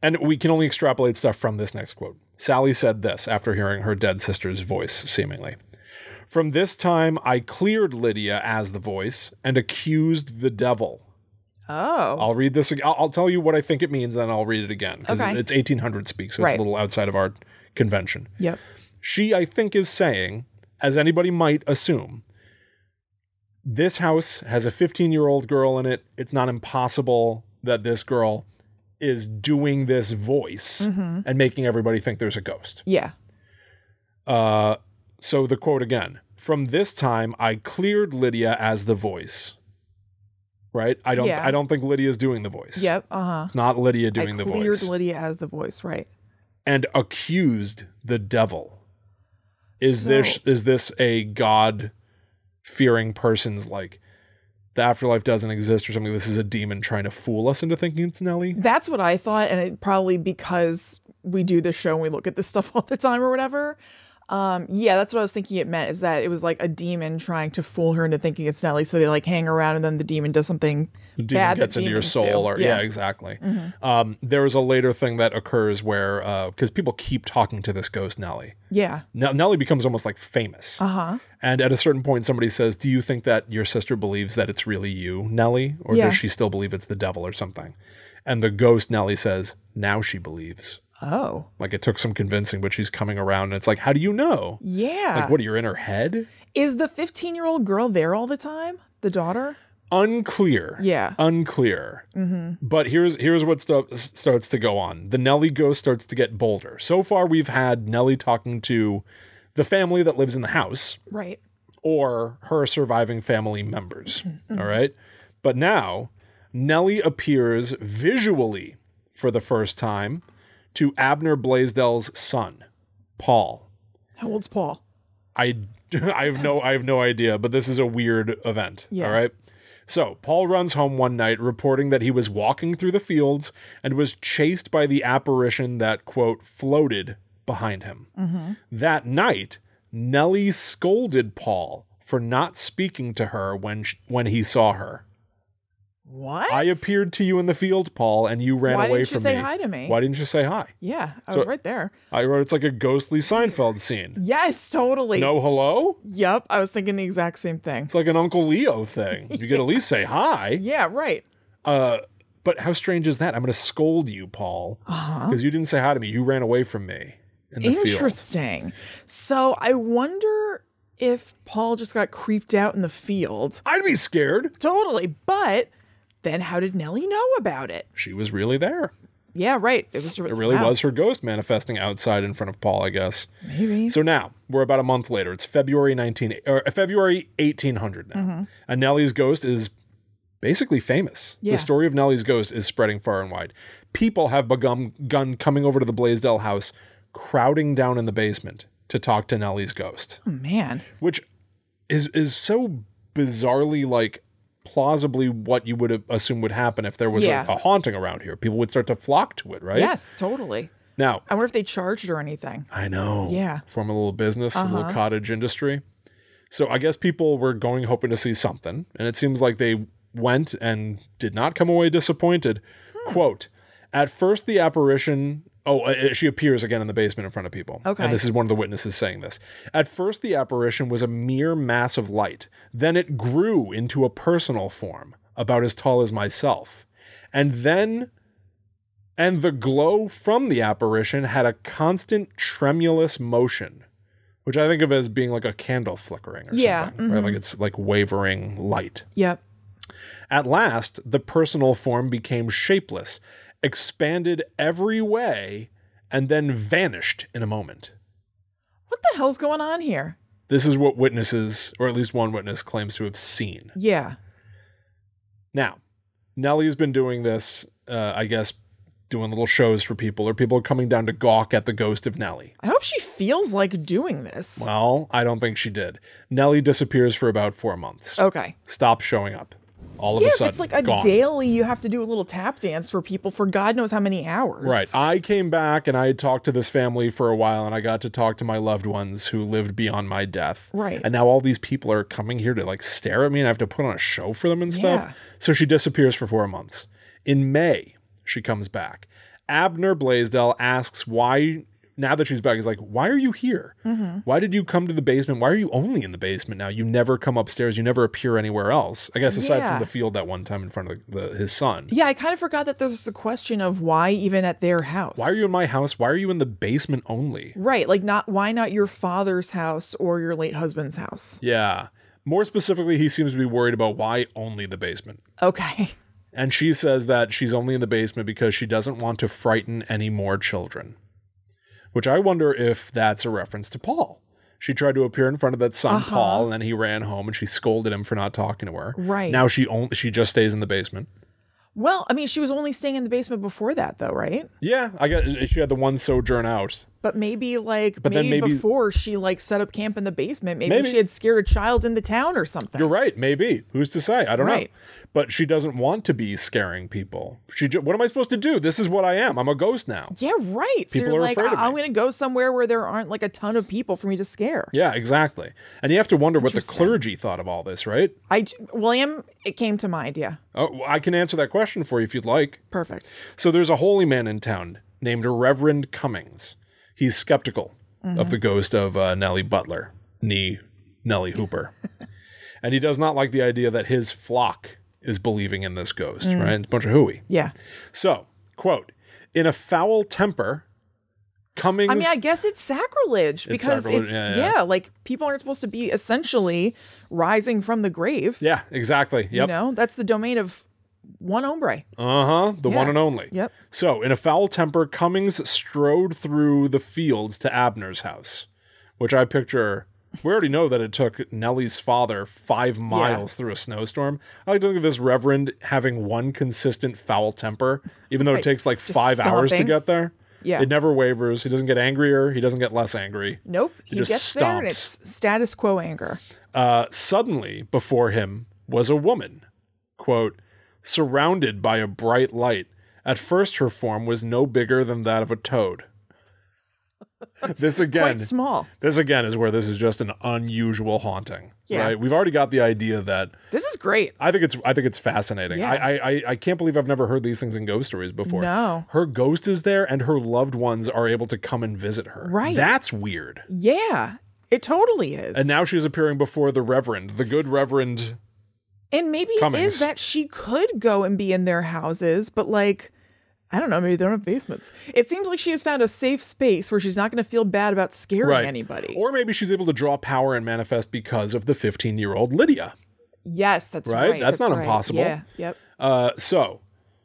Speaker 1: And we can only extrapolate stuff from this next quote. Sally said this after hearing her dead sister's voice, seemingly. From this time, I cleared Lydia as the voice and accused the devil.
Speaker 2: Oh.
Speaker 1: I'll read this. ag- I'll, I'll tell you what I think it means, then I'll read it again. 'cause
Speaker 2: Okay.
Speaker 1: It's 1800 speak, so
Speaker 2: Right.
Speaker 1: it's a little outside of our convention.
Speaker 2: Yep.
Speaker 1: She, I think, is saying, as anybody might assume, this house has a 15 year old girl in it. It's not impossible that this girl is doing this voice
Speaker 2: Mm-hmm.
Speaker 1: and making everybody think there's a ghost.
Speaker 2: Yeah.
Speaker 1: Uh, so the quote again from this time, I cleared Lydia as the voice. Right? I don't.
Speaker 2: Yeah.
Speaker 1: I don't think Lydia's doing the voice.
Speaker 2: Yep. Uh huh.
Speaker 1: It's not Lydia doing
Speaker 2: I
Speaker 1: the
Speaker 2: cleared
Speaker 1: voice.
Speaker 2: Lydia as the voice, right?
Speaker 1: and accused the devil. Is
Speaker 2: So-
Speaker 1: this is this a god fearing person's like the afterlife doesn't exist or something? This is a demon trying to fool us into thinking it's Nelly.
Speaker 2: That's what I thought, and it probably because we do this show and we look at this stuff all the time or whatever. Um, yeah, that's what I was thinking it meant is that it was like a demon trying to fool her into thinking it's Nelly, so they like hang around and then the demon does something
Speaker 1: The demon
Speaker 2: bad that
Speaker 1: gets into your
Speaker 2: demons
Speaker 1: soul,
Speaker 2: do. Mm-hmm.
Speaker 1: or yeah, exactly. Um, there is a later thing that occurs where because people keep talking to this ghost Nelly.
Speaker 2: yeah,
Speaker 1: Now Nelly becomes almost like famous.
Speaker 2: uh huh.
Speaker 1: And at a certain point, somebody says, Do you think that your sister believes that it's really you, Nellie? Or
Speaker 2: Yeah.
Speaker 1: does she still believe it's the devil or something? And the ghost, Nellie, says, Now she believes.
Speaker 2: Oh,
Speaker 1: Like it took some convincing, but she's coming around. And it's like, How do you know?
Speaker 2: yeah.
Speaker 1: Like, what are you in her head?
Speaker 2: Is the 15 year old girl there all the time? The daughter?
Speaker 1: Unclear.
Speaker 2: Yeah. Mm-hmm.
Speaker 1: Unclear. But here's here's what stuff s- starts to go on. The Nellie ghost starts to get bolder. So far, we've had Nellie talking to the family that lives in the house.
Speaker 2: Right.
Speaker 1: or her surviving family members. all right. But now Nellie appears visually for the first time to Abner Blaisdell's son, Paul.
Speaker 2: How old's Paul?
Speaker 1: I I have no I have no idea, but this is a weird event.
Speaker 2: Yeah.
Speaker 1: All right. So Paul runs home one night reporting that he was walking through the fields and was chased by the apparition that quote floated behind him.
Speaker 2: Mm-hmm.
Speaker 1: That night, Nellie scolded Paul for not speaking to her when sh- when he saw her.
Speaker 2: What?
Speaker 1: I appeared to you in the field, Paul, and you ran
Speaker 2: Why
Speaker 1: away
Speaker 2: didn't you
Speaker 1: from
Speaker 2: say
Speaker 1: me.
Speaker 2: hi to me?
Speaker 1: Why didn't you say hi?
Speaker 2: Yeah, I
Speaker 1: So-
Speaker 2: was right there.
Speaker 1: I wrote it's like a ghostly Seinfeld scene.
Speaker 2: Yes, totally.
Speaker 1: No hello?
Speaker 2: Yep, I was thinking the exact same thing.
Speaker 1: It's like an Uncle Leo thing. You could at least say hi.
Speaker 2: Yeah, right.
Speaker 1: Uh, but how strange is that? I'm going to scold you, Paul, because you didn't say hi to me. You ran away from me in the field.
Speaker 2: Uh-huh. Interesting. So I wonder if Paul just got creeped out in the field.
Speaker 1: I'd be scared.
Speaker 2: Totally. But then how did Nellie know about it?
Speaker 1: She was really there.
Speaker 2: Yeah, right. It was
Speaker 1: It really was her ghost manifesting outside in front of Paul, I guess.
Speaker 2: Maybe.
Speaker 1: So now we're about a month later. It's February 19 or February 1800 now.
Speaker 2: Mm-hmm.
Speaker 1: And Nellie's ghost is basically famous.
Speaker 2: Yeah.
Speaker 1: The story of Nellie's ghost is spreading far and wide. People have begun gun coming over to the Blaisdell house, crowding down in the basement to talk to Nellie's ghost,
Speaker 2: Oh, man.
Speaker 1: which is is so bizarrely like plausibly what you would assume would happen if there was
Speaker 2: Yeah.
Speaker 1: a, a haunting around here. People would start to flock to it, right?
Speaker 2: Yes, totally.
Speaker 1: Now,
Speaker 2: I wonder if they charged or anything.
Speaker 1: I know.
Speaker 2: Yeah. Uh-huh.
Speaker 1: Form a little business, a little cottage industry. So I guess people were going hoping to see something, and it seems like they went and did not come away disappointed.
Speaker 2: Hmm.
Speaker 1: Quote At first, the apparition. Oh, uh, uh, she appears again in the basement in front of people.
Speaker 2: Okay.
Speaker 1: And this is one of the witnesses saying this. At first, the apparition was a mere mass of light. Then it grew into a personal form, about as tall as myself. And then and the glow from the apparition had a constant tremulous motion, which I think of as being like a candle flickering or
Speaker 2: Yeah,
Speaker 1: something, right? Like it's like wavering light.
Speaker 2: Yep.
Speaker 1: At last, the personal form became shapeless, expanded every way, and then vanished in a moment.
Speaker 2: What the hell's going on here?
Speaker 1: This is what witnesses, or at least one witness, claims to have seen.
Speaker 2: Yeah.
Speaker 1: Now, Nelly has been doing this, uh, I guess, doing little shows for people, or people are coming down to gawk at the ghost of Nelly.
Speaker 2: I hope she feels like doing this.
Speaker 1: Well, I don't think she did. Nellie disappears for about four months.
Speaker 2: Okay.
Speaker 1: Stops showing up. All of
Speaker 2: Oh. Yeah,
Speaker 1: a
Speaker 2: if
Speaker 1: sudden,
Speaker 2: it's like a
Speaker 1: gone.
Speaker 2: daily, you have to do a little tap dance for people for God knows how many hours.
Speaker 1: Right. I came back and I had talked to this family for a while, and I got to talk to my loved ones who lived beyond my death.
Speaker 2: Right.
Speaker 1: And now all these people are coming here to like stare at me, and I have to put on a show for them and
Speaker 2: Yeah.
Speaker 1: stuff. So she disappears for four months. In May, she comes back. Abner Blaisdell asks why now that she's back, he's like, why are you here?
Speaker 2: Mm-hmm.
Speaker 1: Why did you come to the basement? Why are you only in the basement now? You never come upstairs. You never appear anywhere else. I guess aside
Speaker 2: Yeah.
Speaker 1: from the field that one time in front of the, the, his son.
Speaker 2: Yeah, I kind of forgot that there's the question of why even at their house.
Speaker 1: Why are you in my house? Why are you in the basement only?
Speaker 2: Right, like not why not your father's house or your late husband's house?
Speaker 1: Yeah. More specifically, he seems to be worried about why only the basement.
Speaker 2: Okay.
Speaker 1: And she says that she's only in the basement because she doesn't want to frighten any more children. Which I wonder if that's a reference to Paul. She tried to appear in front of that son
Speaker 2: Uh-huh.
Speaker 1: Paul, and then he ran home and she scolded him for not talking to her.
Speaker 2: Right.
Speaker 1: Now she only she just stays in the basement.
Speaker 2: Well, I mean, she was only staying in the basement before that though, right?
Speaker 1: Yeah, I guess she had the one sojourn out.
Speaker 2: But maybe like
Speaker 1: then
Speaker 2: maybe,
Speaker 1: maybe-
Speaker 2: before she like set up camp in the basement, maybe,
Speaker 1: Maybe.
Speaker 2: she had scared a child in the town or something.
Speaker 1: You're right, maybe. Who's to say? I don't
Speaker 2: Right.
Speaker 1: know. But she doesn't want to be scaring people. She ju- what am I supposed to do? This is what I am. I'm a ghost now.
Speaker 2: Yeah, right. so
Speaker 1: People
Speaker 2: you're
Speaker 1: are
Speaker 2: like,
Speaker 1: afraid of
Speaker 2: I- am
Speaker 1: me."
Speaker 2: going to go somewhere where there aren't like a ton of people for me to scare.
Speaker 1: Yeah, exactly. And you have to wonder what the clergy thought of all this, right?
Speaker 2: I d- William, it came to mind. Yeah,
Speaker 1: Oh, I can answer that question for you if you'd like.
Speaker 2: perfect.
Speaker 1: So there's a holy man in town named Reverend Cummings. He's skeptical of
Speaker 2: Mm-hmm.
Speaker 1: the ghost of uh, Nellie Butler, nee Nellie Hooper. and he does not like the idea that his flock is believing in this ghost,
Speaker 2: Mm.
Speaker 1: right? It's a bunch of hooey.
Speaker 2: Yeah,
Speaker 1: So, quote, in a foul temper, Cummings.
Speaker 2: I mean, I guess it's sacrilege because
Speaker 1: sacrilege,
Speaker 2: it's
Speaker 1: yeah,
Speaker 2: yeah,
Speaker 1: yeah.
Speaker 2: like people aren't supposed to be essentially rising from the grave.
Speaker 1: yeah, exactly.
Speaker 2: You
Speaker 1: Yep.
Speaker 2: know, that's the domain of one hombre.
Speaker 1: Uh huh. The
Speaker 2: Yeah.
Speaker 1: one and only.
Speaker 2: Yep.
Speaker 1: So, in a foul temper, Cummings strode through the fields to Abner's house, which I picture. We already know that it took Nellie's father five miles through a snowstorm. I like to think of this reverend having one consistent foul temper, even though
Speaker 2: Right.
Speaker 1: it takes like
Speaker 2: Just
Speaker 1: five hours to
Speaker 2: stomping.
Speaker 1: get there.
Speaker 2: Yeah.
Speaker 1: It never wavers. He doesn't get angrier. He doesn't get less angry.
Speaker 2: Nope, he
Speaker 1: just
Speaker 2: gets there and
Speaker 1: stomps.
Speaker 2: it's status quo anger.
Speaker 1: Uh, suddenly, before him was a woman, quote, surrounded by a bright light. At first, her form was no bigger than that of a toad. This again,
Speaker 2: Quite small.
Speaker 1: this again is where this is just an unusual haunting.
Speaker 2: Yeah.
Speaker 1: Right? We've already got the idea that
Speaker 2: This is great.
Speaker 1: I think it's I think it's fascinating.
Speaker 2: Yeah.
Speaker 1: I, I I I can't believe I've never heard these things in ghost stories before.
Speaker 2: No.
Speaker 1: Her ghost is there, and her loved ones are able to come and visit her.
Speaker 2: Right.
Speaker 1: That's weird.
Speaker 2: Yeah, it totally is.
Speaker 1: And now she's appearing before the Reverend, the good Reverend
Speaker 2: And maybe it is
Speaker 1: Cummings.
Speaker 2: that she could go and be in their houses, but like, I don't know, maybe they don't have basements. It seems like she has found a safe space where she's not going to feel bad about scaring anybody.
Speaker 1: Or maybe she's able to draw power and manifest because of the 15 year old Lydia.
Speaker 2: yes, that's right.
Speaker 1: Right? That's not
Speaker 2: right.
Speaker 1: impossible.
Speaker 2: Yeah. Yep.
Speaker 1: Uh, so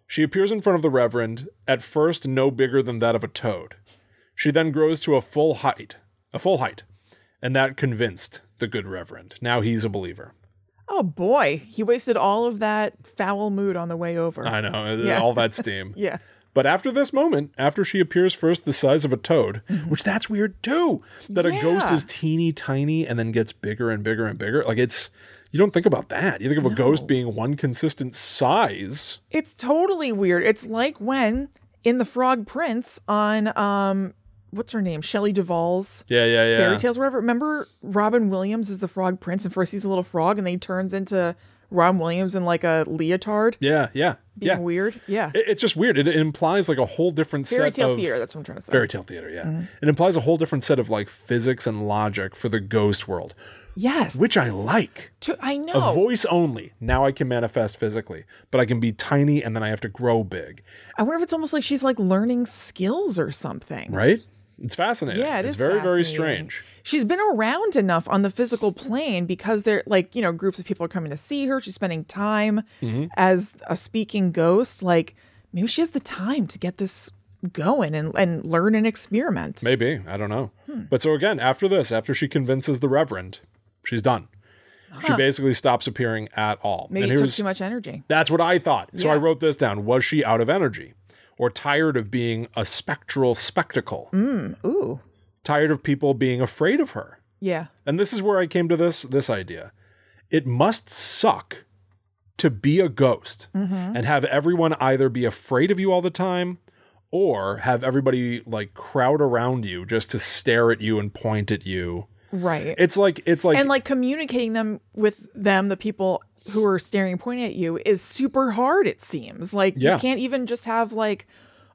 Speaker 1: she appears in front of the Reverend, at first no bigger than that of a toad. She then grows to a full height, a full height, and that convinced the good Reverend. Now he's a believer.
Speaker 2: Oh boy, he wasted all of that foul mood on the way over.
Speaker 1: I know,
Speaker 2: Yeah.
Speaker 1: all that steam.
Speaker 2: yeah.
Speaker 1: But after this moment, after she appears first the size of a toad, which that's weird too, that a ghost
Speaker 2: Yeah.
Speaker 1: is teeny tiny and then gets bigger and bigger and bigger. Like it's, you don't think about that. You think of a ghost being one consistent size.
Speaker 2: It's totally weird. It's like when in The Frog Prince on um what's her name? Shelley Duvall's
Speaker 1: Yeah, yeah, yeah.
Speaker 2: fairy tales, whatever. Remember Robin Williams is the frog prince, and first he's a little frog, and then he turns into Robin Williams in like a leotard.
Speaker 1: Yeah, yeah,
Speaker 2: Being
Speaker 1: yeah.
Speaker 2: weird. Yeah.
Speaker 1: It- it's just weird. It, it implies like a whole different
Speaker 2: fairy
Speaker 1: set
Speaker 2: tale
Speaker 1: of
Speaker 2: theater, Mm-hmm. that's what I'm trying to say.
Speaker 1: fairy tale theater. Yeah, it implies a whole different set of like physics and logic for the ghost world,
Speaker 2: yes.
Speaker 1: which I like.
Speaker 2: To- I know.
Speaker 1: A voice only. Now I can manifest physically, but I can be tiny and then I have to grow big.
Speaker 2: I wonder if it's almost like she's like learning skills or something.
Speaker 1: Right? It's fascinating.
Speaker 2: Yeah, it
Speaker 1: it's
Speaker 2: is
Speaker 1: very, very
Speaker 2: fascinating.
Speaker 1: strange.
Speaker 2: She's been around enough on the physical plane because they're like, you know, groups of people are coming to see her. She's spending time
Speaker 1: Mm-hmm.
Speaker 2: as a speaking ghost. Like, maybe she has the time to get this going and, and learn and experiment.
Speaker 1: Maybe. I don't know.
Speaker 2: Hmm.
Speaker 1: But so again, after this, after she convinces the Reverend, she's done. She basically stops appearing at all.
Speaker 2: Maybe it took too much energy.
Speaker 1: That's what I thought. So I
Speaker 2: Yeah.
Speaker 1: wrote this down. Was she out of energy or tired of being a spectral spectacle?
Speaker 2: Mm. Ooh.
Speaker 1: Tired of people being afraid of her?
Speaker 2: Yeah.
Speaker 1: And this is where I came to this this idea. It must suck to be a ghost
Speaker 2: Mm-hmm.
Speaker 1: and have everyone either be afraid of you all the time or have everybody like crowd around you just to stare at you and point at you.
Speaker 2: Right.
Speaker 1: It's like it's like,
Speaker 2: and like communicating them with them, the people who are staring and pointing at you, is super hard, it seems. Like
Speaker 1: Yeah.
Speaker 2: you can't even just have like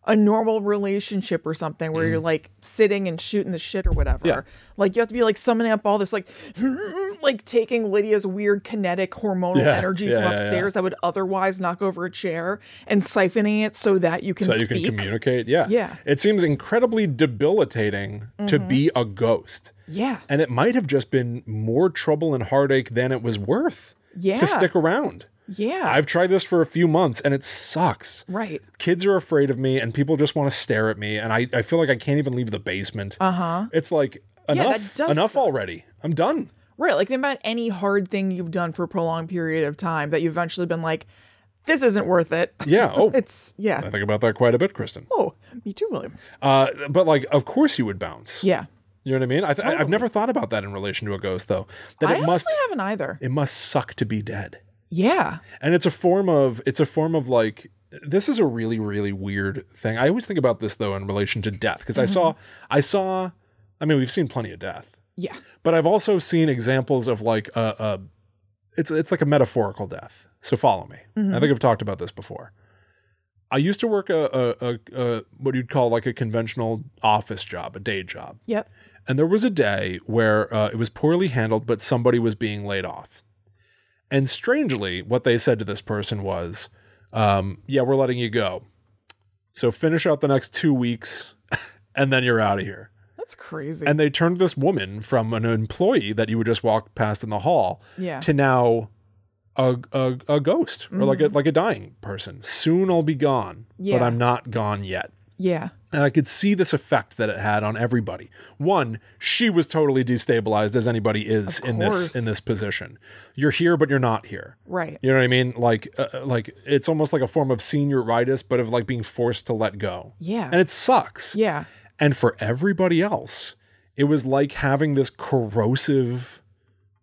Speaker 2: a normal relationship or something where you're like sitting and shooting the shit or whatever.
Speaker 1: Mm-hmm. Yeah.
Speaker 2: Like you have to be like summoning up all this like like taking Lydia's weird kinetic hormonal
Speaker 1: Yeah,
Speaker 2: energy
Speaker 1: yeah,
Speaker 2: from
Speaker 1: yeah, yeah.
Speaker 2: upstairs that would otherwise knock over a chair and siphoning it so that you can
Speaker 1: so you
Speaker 2: speak.
Speaker 1: can communicate. Yeah.
Speaker 2: Yeah. Mm-hmm.
Speaker 1: It seems incredibly debilitating to be a ghost.
Speaker 2: yeah.
Speaker 1: And it might have just been more trouble and heartache than it was worth
Speaker 2: Yeah.
Speaker 1: to stick around.
Speaker 2: Yeah.
Speaker 1: I've tried this for a few months and it sucks.
Speaker 2: right.
Speaker 1: Kids are afraid of me and people just want to stare at me and I, I feel like I can't even leave the basement. Uh-huh. It's like
Speaker 2: that
Speaker 1: enough
Speaker 2: does
Speaker 1: enough
Speaker 2: suck.
Speaker 1: already. I'm done.
Speaker 2: Right. Like think about any hard thing you've done for a prolonged period of time that you've eventually been like, this isn't worth it.
Speaker 1: Yeah. Oh.
Speaker 2: It's yeah.
Speaker 1: I think about that quite a bit, Kristen.
Speaker 2: Oh, me too, William.
Speaker 1: Uh, but like, of course you would bounce.
Speaker 2: Yeah.
Speaker 1: You know what I mean? I th- I've never thought about that in relation to a ghost, though. That
Speaker 2: I
Speaker 1: it
Speaker 2: honestly
Speaker 1: must
Speaker 2: haven't either.
Speaker 1: it must suck to be dead.
Speaker 2: Yeah.
Speaker 1: and it's a form of it's a form of like this is a really really weird thing i always think about this though in relation to death because i saw
Speaker 2: Mm-hmm.
Speaker 1: i saw i mean we've seen plenty of death
Speaker 2: Yeah.
Speaker 1: but i've also seen examples of like a, a it's it's like a metaphorical death so follow me i think i've talked about this before i used to work a, a, a, a what you'd call like a conventional office job a day job
Speaker 2: Yep.
Speaker 1: and there was a day where uh, it was poorly handled, but somebody was being laid off. And strangely, what they said to this person was, um, Yeah, we're letting you go. So finish out the next two weeks and then you're out of here.
Speaker 2: That's crazy.
Speaker 1: And they turned this woman from an employee that you would just walk past in the hall
Speaker 2: yeah.
Speaker 1: to now a, a, a ghost or like a, like a dying person. Soon I'll be gone,
Speaker 2: Mm-hmm. Yeah.
Speaker 1: but I'm not gone yet.
Speaker 2: yeah.
Speaker 1: And I could see this effect that it had on everybody. One, she was totally destabilized as anybody is
Speaker 2: Of
Speaker 1: in this
Speaker 2: course.
Speaker 1: in this position. You're here but you're not here.
Speaker 2: Right.
Speaker 1: You know what I mean? Like uh, like it's almost like a form of senioritis but of like being forced to let go.
Speaker 2: Yeah.
Speaker 1: And it sucks.
Speaker 2: yeah.
Speaker 1: And for everybody else, it was like having this corrosive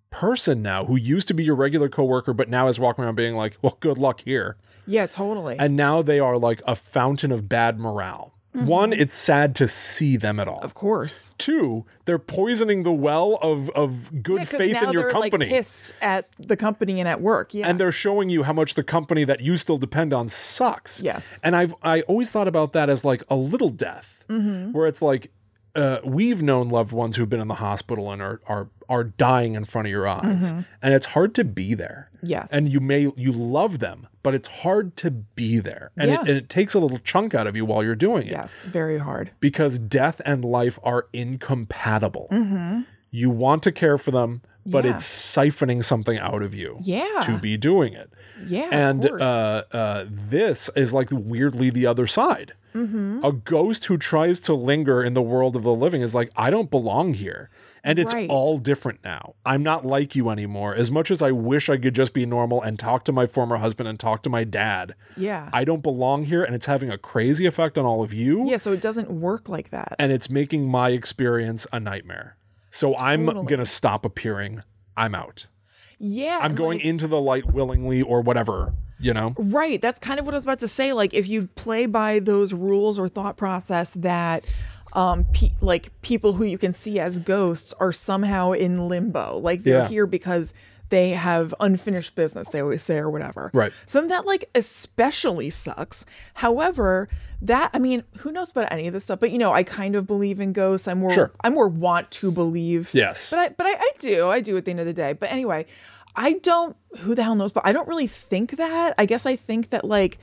Speaker 1: person now who used to be your regular coworker but now is walking around being like, "Well, good luck here."
Speaker 2: Yeah. Totally.
Speaker 1: and now they are like a fountain of bad morale. One, it's sad to see them at all.
Speaker 2: Mm-hmm. of course.
Speaker 1: Two, they're poisoning the well of of good
Speaker 2: 'cause
Speaker 1: faith
Speaker 2: now
Speaker 1: in your
Speaker 2: they're,
Speaker 1: company.
Speaker 2: Like, pissed at the company and at work. Yeah.
Speaker 1: and they're showing you how much the company that you still depend on sucks.
Speaker 2: Yes.
Speaker 1: And I've I always thought about that as like a little death,
Speaker 2: Mm-hmm.
Speaker 1: where it's like uh, we've known loved ones who've been in the hospital and are are are dying in front of your eyes,
Speaker 2: Mm-hmm.
Speaker 1: and it's hard to be there.
Speaker 2: yes.
Speaker 1: And you may you love them, but it's hard to be there, and, it,
Speaker 2: Yeah.
Speaker 1: and it takes a little chunk out of you while you're doing it
Speaker 2: yes. Very hard.
Speaker 1: because death and life are incompatible. You want to care for them, but
Speaker 2: Mm-hmm. Yeah.
Speaker 1: it's siphoning something out of you
Speaker 2: Yeah.
Speaker 1: to be doing it.
Speaker 2: yeah. of
Speaker 1: and
Speaker 2: course.
Speaker 1: uh, uh, this is like weirdly the other side.
Speaker 2: Mm-hmm.
Speaker 1: A ghost who tries to linger in the world of the living is like, I don't belong here. And it's
Speaker 2: Right.
Speaker 1: all different now. I'm not like you anymore. As much as I wish I could just be normal and talk to my former husband and talk to my dad,
Speaker 2: yeah.
Speaker 1: I don't belong here. And it's having a crazy effect on all of you
Speaker 2: yeah. So it doesn't work like that.
Speaker 1: and it's making my experience a nightmare. So I'm
Speaker 2: Totally.
Speaker 1: going to stop appearing. I'm out.
Speaker 2: yeah.
Speaker 1: I'm
Speaker 2: and,
Speaker 1: going
Speaker 2: like,
Speaker 1: into the light willingly or whatever, you know?
Speaker 2: Right. That's kind of what I was about to say. Like, if you play by those rules or thought process that, um, pe- like people who you can see as ghosts are somehow in limbo, like they're
Speaker 1: Yeah.
Speaker 2: here because they have unfinished business, they always say, or whatever.
Speaker 1: Right.
Speaker 2: So then that like especially sucks. However, that I mean, who knows about any of this stuff? But you know, I kind of believe in ghosts. I'm more
Speaker 1: Sure.
Speaker 2: I more want to believe.
Speaker 1: Yes.
Speaker 2: But I but I, I do. I do at the end of the day. But anyway, I don't who the hell knows, but I don't really think that. I guess I think that like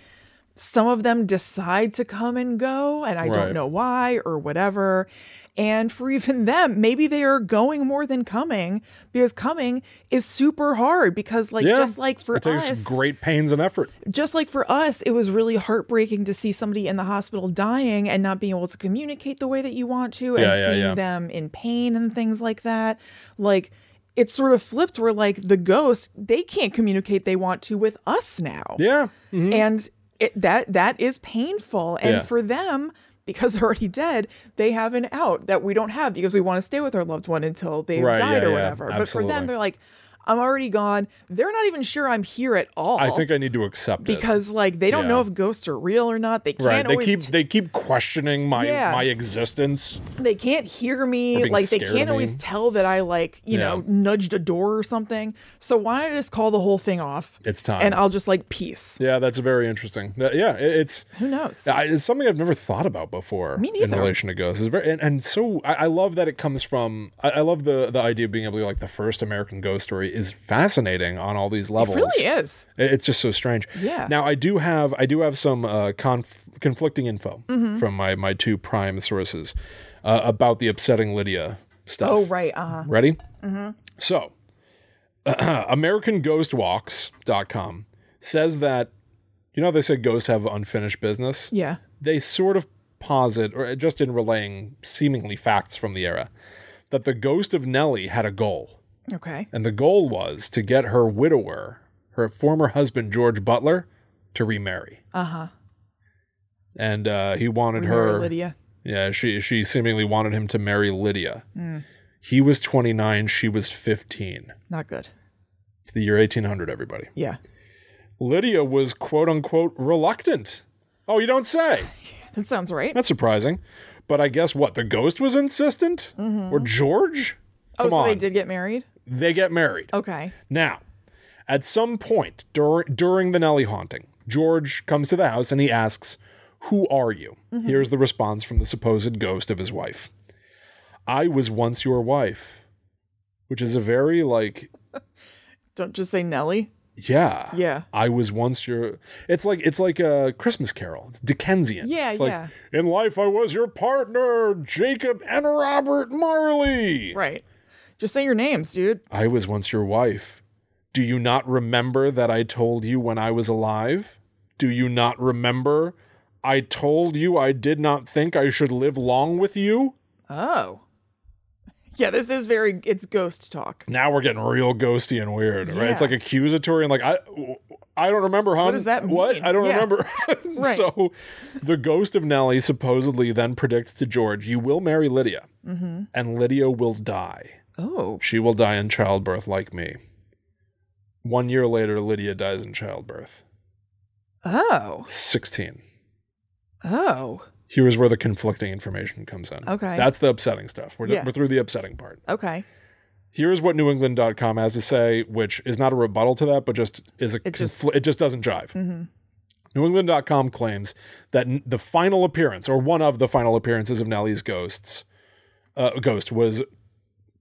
Speaker 2: some of them decide to come and go and I
Speaker 1: Right.
Speaker 2: don't know why or whatever. And for even them, maybe they are going more than coming because coming is super hard because like
Speaker 1: Yeah.
Speaker 2: just like for
Speaker 1: it takes
Speaker 2: us
Speaker 1: great pains and effort.
Speaker 2: just like for us, it was really heartbreaking to see somebody in the hospital dying and not being able to communicate the way that you want to, and
Speaker 1: Yeah, yeah,
Speaker 2: seeing
Speaker 1: yeah.
Speaker 2: them in pain and things like that. Like it's sort of flipped where like the ghost, they can't communicate they want to with us now.
Speaker 1: Yeah. mm-hmm.
Speaker 2: And it, that that is painful. And
Speaker 1: Yeah.
Speaker 2: for them, because they're already dead, they have an out that we don't have because we want to stay with our loved one until they
Speaker 1: Right,
Speaker 2: died
Speaker 1: yeah,
Speaker 2: or
Speaker 1: yeah,
Speaker 2: whatever. But for
Speaker 1: absolutely.
Speaker 2: them, they're like, I'm already gone. They're not even sure I'm here at all.
Speaker 1: I think I need to accept it.
Speaker 2: because like they don't
Speaker 1: Yeah.
Speaker 2: know if ghosts are real or not. They can't
Speaker 1: Right. They
Speaker 2: always
Speaker 1: keep
Speaker 2: t-
Speaker 1: they keep questioning my
Speaker 2: Yeah.
Speaker 1: my existence.
Speaker 2: they can't hear
Speaker 1: Or
Speaker 2: me
Speaker 1: being
Speaker 2: like they
Speaker 1: scared
Speaker 2: can't
Speaker 1: of
Speaker 2: always
Speaker 1: me.
Speaker 2: tell that i like you know
Speaker 1: Yeah.
Speaker 2: nudged a door or something so why don't i just call the whole thing off
Speaker 1: It's time.
Speaker 2: and i'll just like peace
Speaker 1: yeah, that's very interesting. That- yeah, it- it's
Speaker 2: who knows
Speaker 1: I, it's something I've never thought about before
Speaker 2: Me
Speaker 1: in
Speaker 2: neither.
Speaker 1: relation to ghosts. It's very and, and so I, I love that it comes from. I, I love the the idea of being able to like the first American ghost story is fascinating on all these levels.
Speaker 2: it really is
Speaker 1: It- It's just so strange.
Speaker 2: Yeah.
Speaker 1: Now I do have I do have some uh, conf- conflicting info
Speaker 2: Mm-hmm.
Speaker 1: from my my two prime sources uh, about the upsetting Lydia stuff.
Speaker 2: oh right uh-huh
Speaker 1: Ready? Mm-hmm. So, AmericanGhostWalks.com says that you know they say ghosts have unfinished business
Speaker 2: yeah
Speaker 1: they sort of posit, or just in relaying seemingly facts from the era, that the ghost of Nellie had a goal,
Speaker 2: okay
Speaker 1: and the goal was to get her widower, her former husband George Butler, to remarry.
Speaker 2: uh-huh
Speaker 1: And uh, he wanted
Speaker 2: Mary
Speaker 1: her.
Speaker 2: lydia
Speaker 1: Yeah, she she seemingly wanted him to marry Lydia.
Speaker 2: Hmm.
Speaker 1: He was 29, she was 15.
Speaker 2: not good
Speaker 1: It's the year 1800, everybody.
Speaker 2: yeah
Speaker 1: Lydia was quote unquote reluctant. Oh, you don't say.
Speaker 2: that sounds right
Speaker 1: That's surprising. But I guess what? The ghost was insistent? Or George?
Speaker 2: Mm-hmm. oh
Speaker 1: Come
Speaker 2: so
Speaker 1: on.
Speaker 2: they did get married
Speaker 1: They get married.
Speaker 2: okay
Speaker 1: Now, at some point dur- during the Nelly haunting, George comes to the house and he asks, Who are you?
Speaker 2: Mm-hmm.
Speaker 1: Here's the response from the supposed ghost of his wife I was once your wife. Which is a very, like,
Speaker 2: don't just say nelly
Speaker 1: yeah.
Speaker 2: Yeah.
Speaker 1: I was once your. It's like it's like a Christmas Carol. It's Dickensian.
Speaker 2: Yeah,
Speaker 1: It's like,
Speaker 2: yeah.
Speaker 1: In life, I was your partner, Jacob and Robert Marley.
Speaker 2: right just say your names dude
Speaker 1: I was once your wife. Do you not remember that I told you when I was alive? Do you not remember? I told you I did not think I should live long with you.
Speaker 2: oh yeah this is very it's ghost talk
Speaker 1: Now we're getting real ghosty and weird, right? It's
Speaker 2: Yeah.
Speaker 1: like accusatory and like I, I don't remember, hon. What
Speaker 2: does that
Speaker 1: What
Speaker 2: mean?
Speaker 1: I don't
Speaker 2: Yeah.
Speaker 1: remember.
Speaker 2: Right.
Speaker 1: So, the ghost of Nellie supposedly then predicts to George, "You will marry Lydia,
Speaker 2: Mm-hmm.
Speaker 1: and Lydia will die.
Speaker 2: oh
Speaker 1: She will die in childbirth, like me." One year later, Lydia dies in childbirth.
Speaker 2: oh
Speaker 1: Sixteen.
Speaker 2: oh
Speaker 1: Here is where the conflicting information comes in.
Speaker 2: Okay.
Speaker 1: That's the upsetting stuff. We're,
Speaker 2: Yeah.
Speaker 1: we're through the upsetting part.
Speaker 2: okay
Speaker 1: here's what newengland.com has to say which is not a rebuttal to that but just is a
Speaker 2: It just- Mm-hmm.
Speaker 1: confl- it just doesn't jive newengland.com claims that n- the final appearance or one of the final appearances of nellie's ghosts uh, ghost was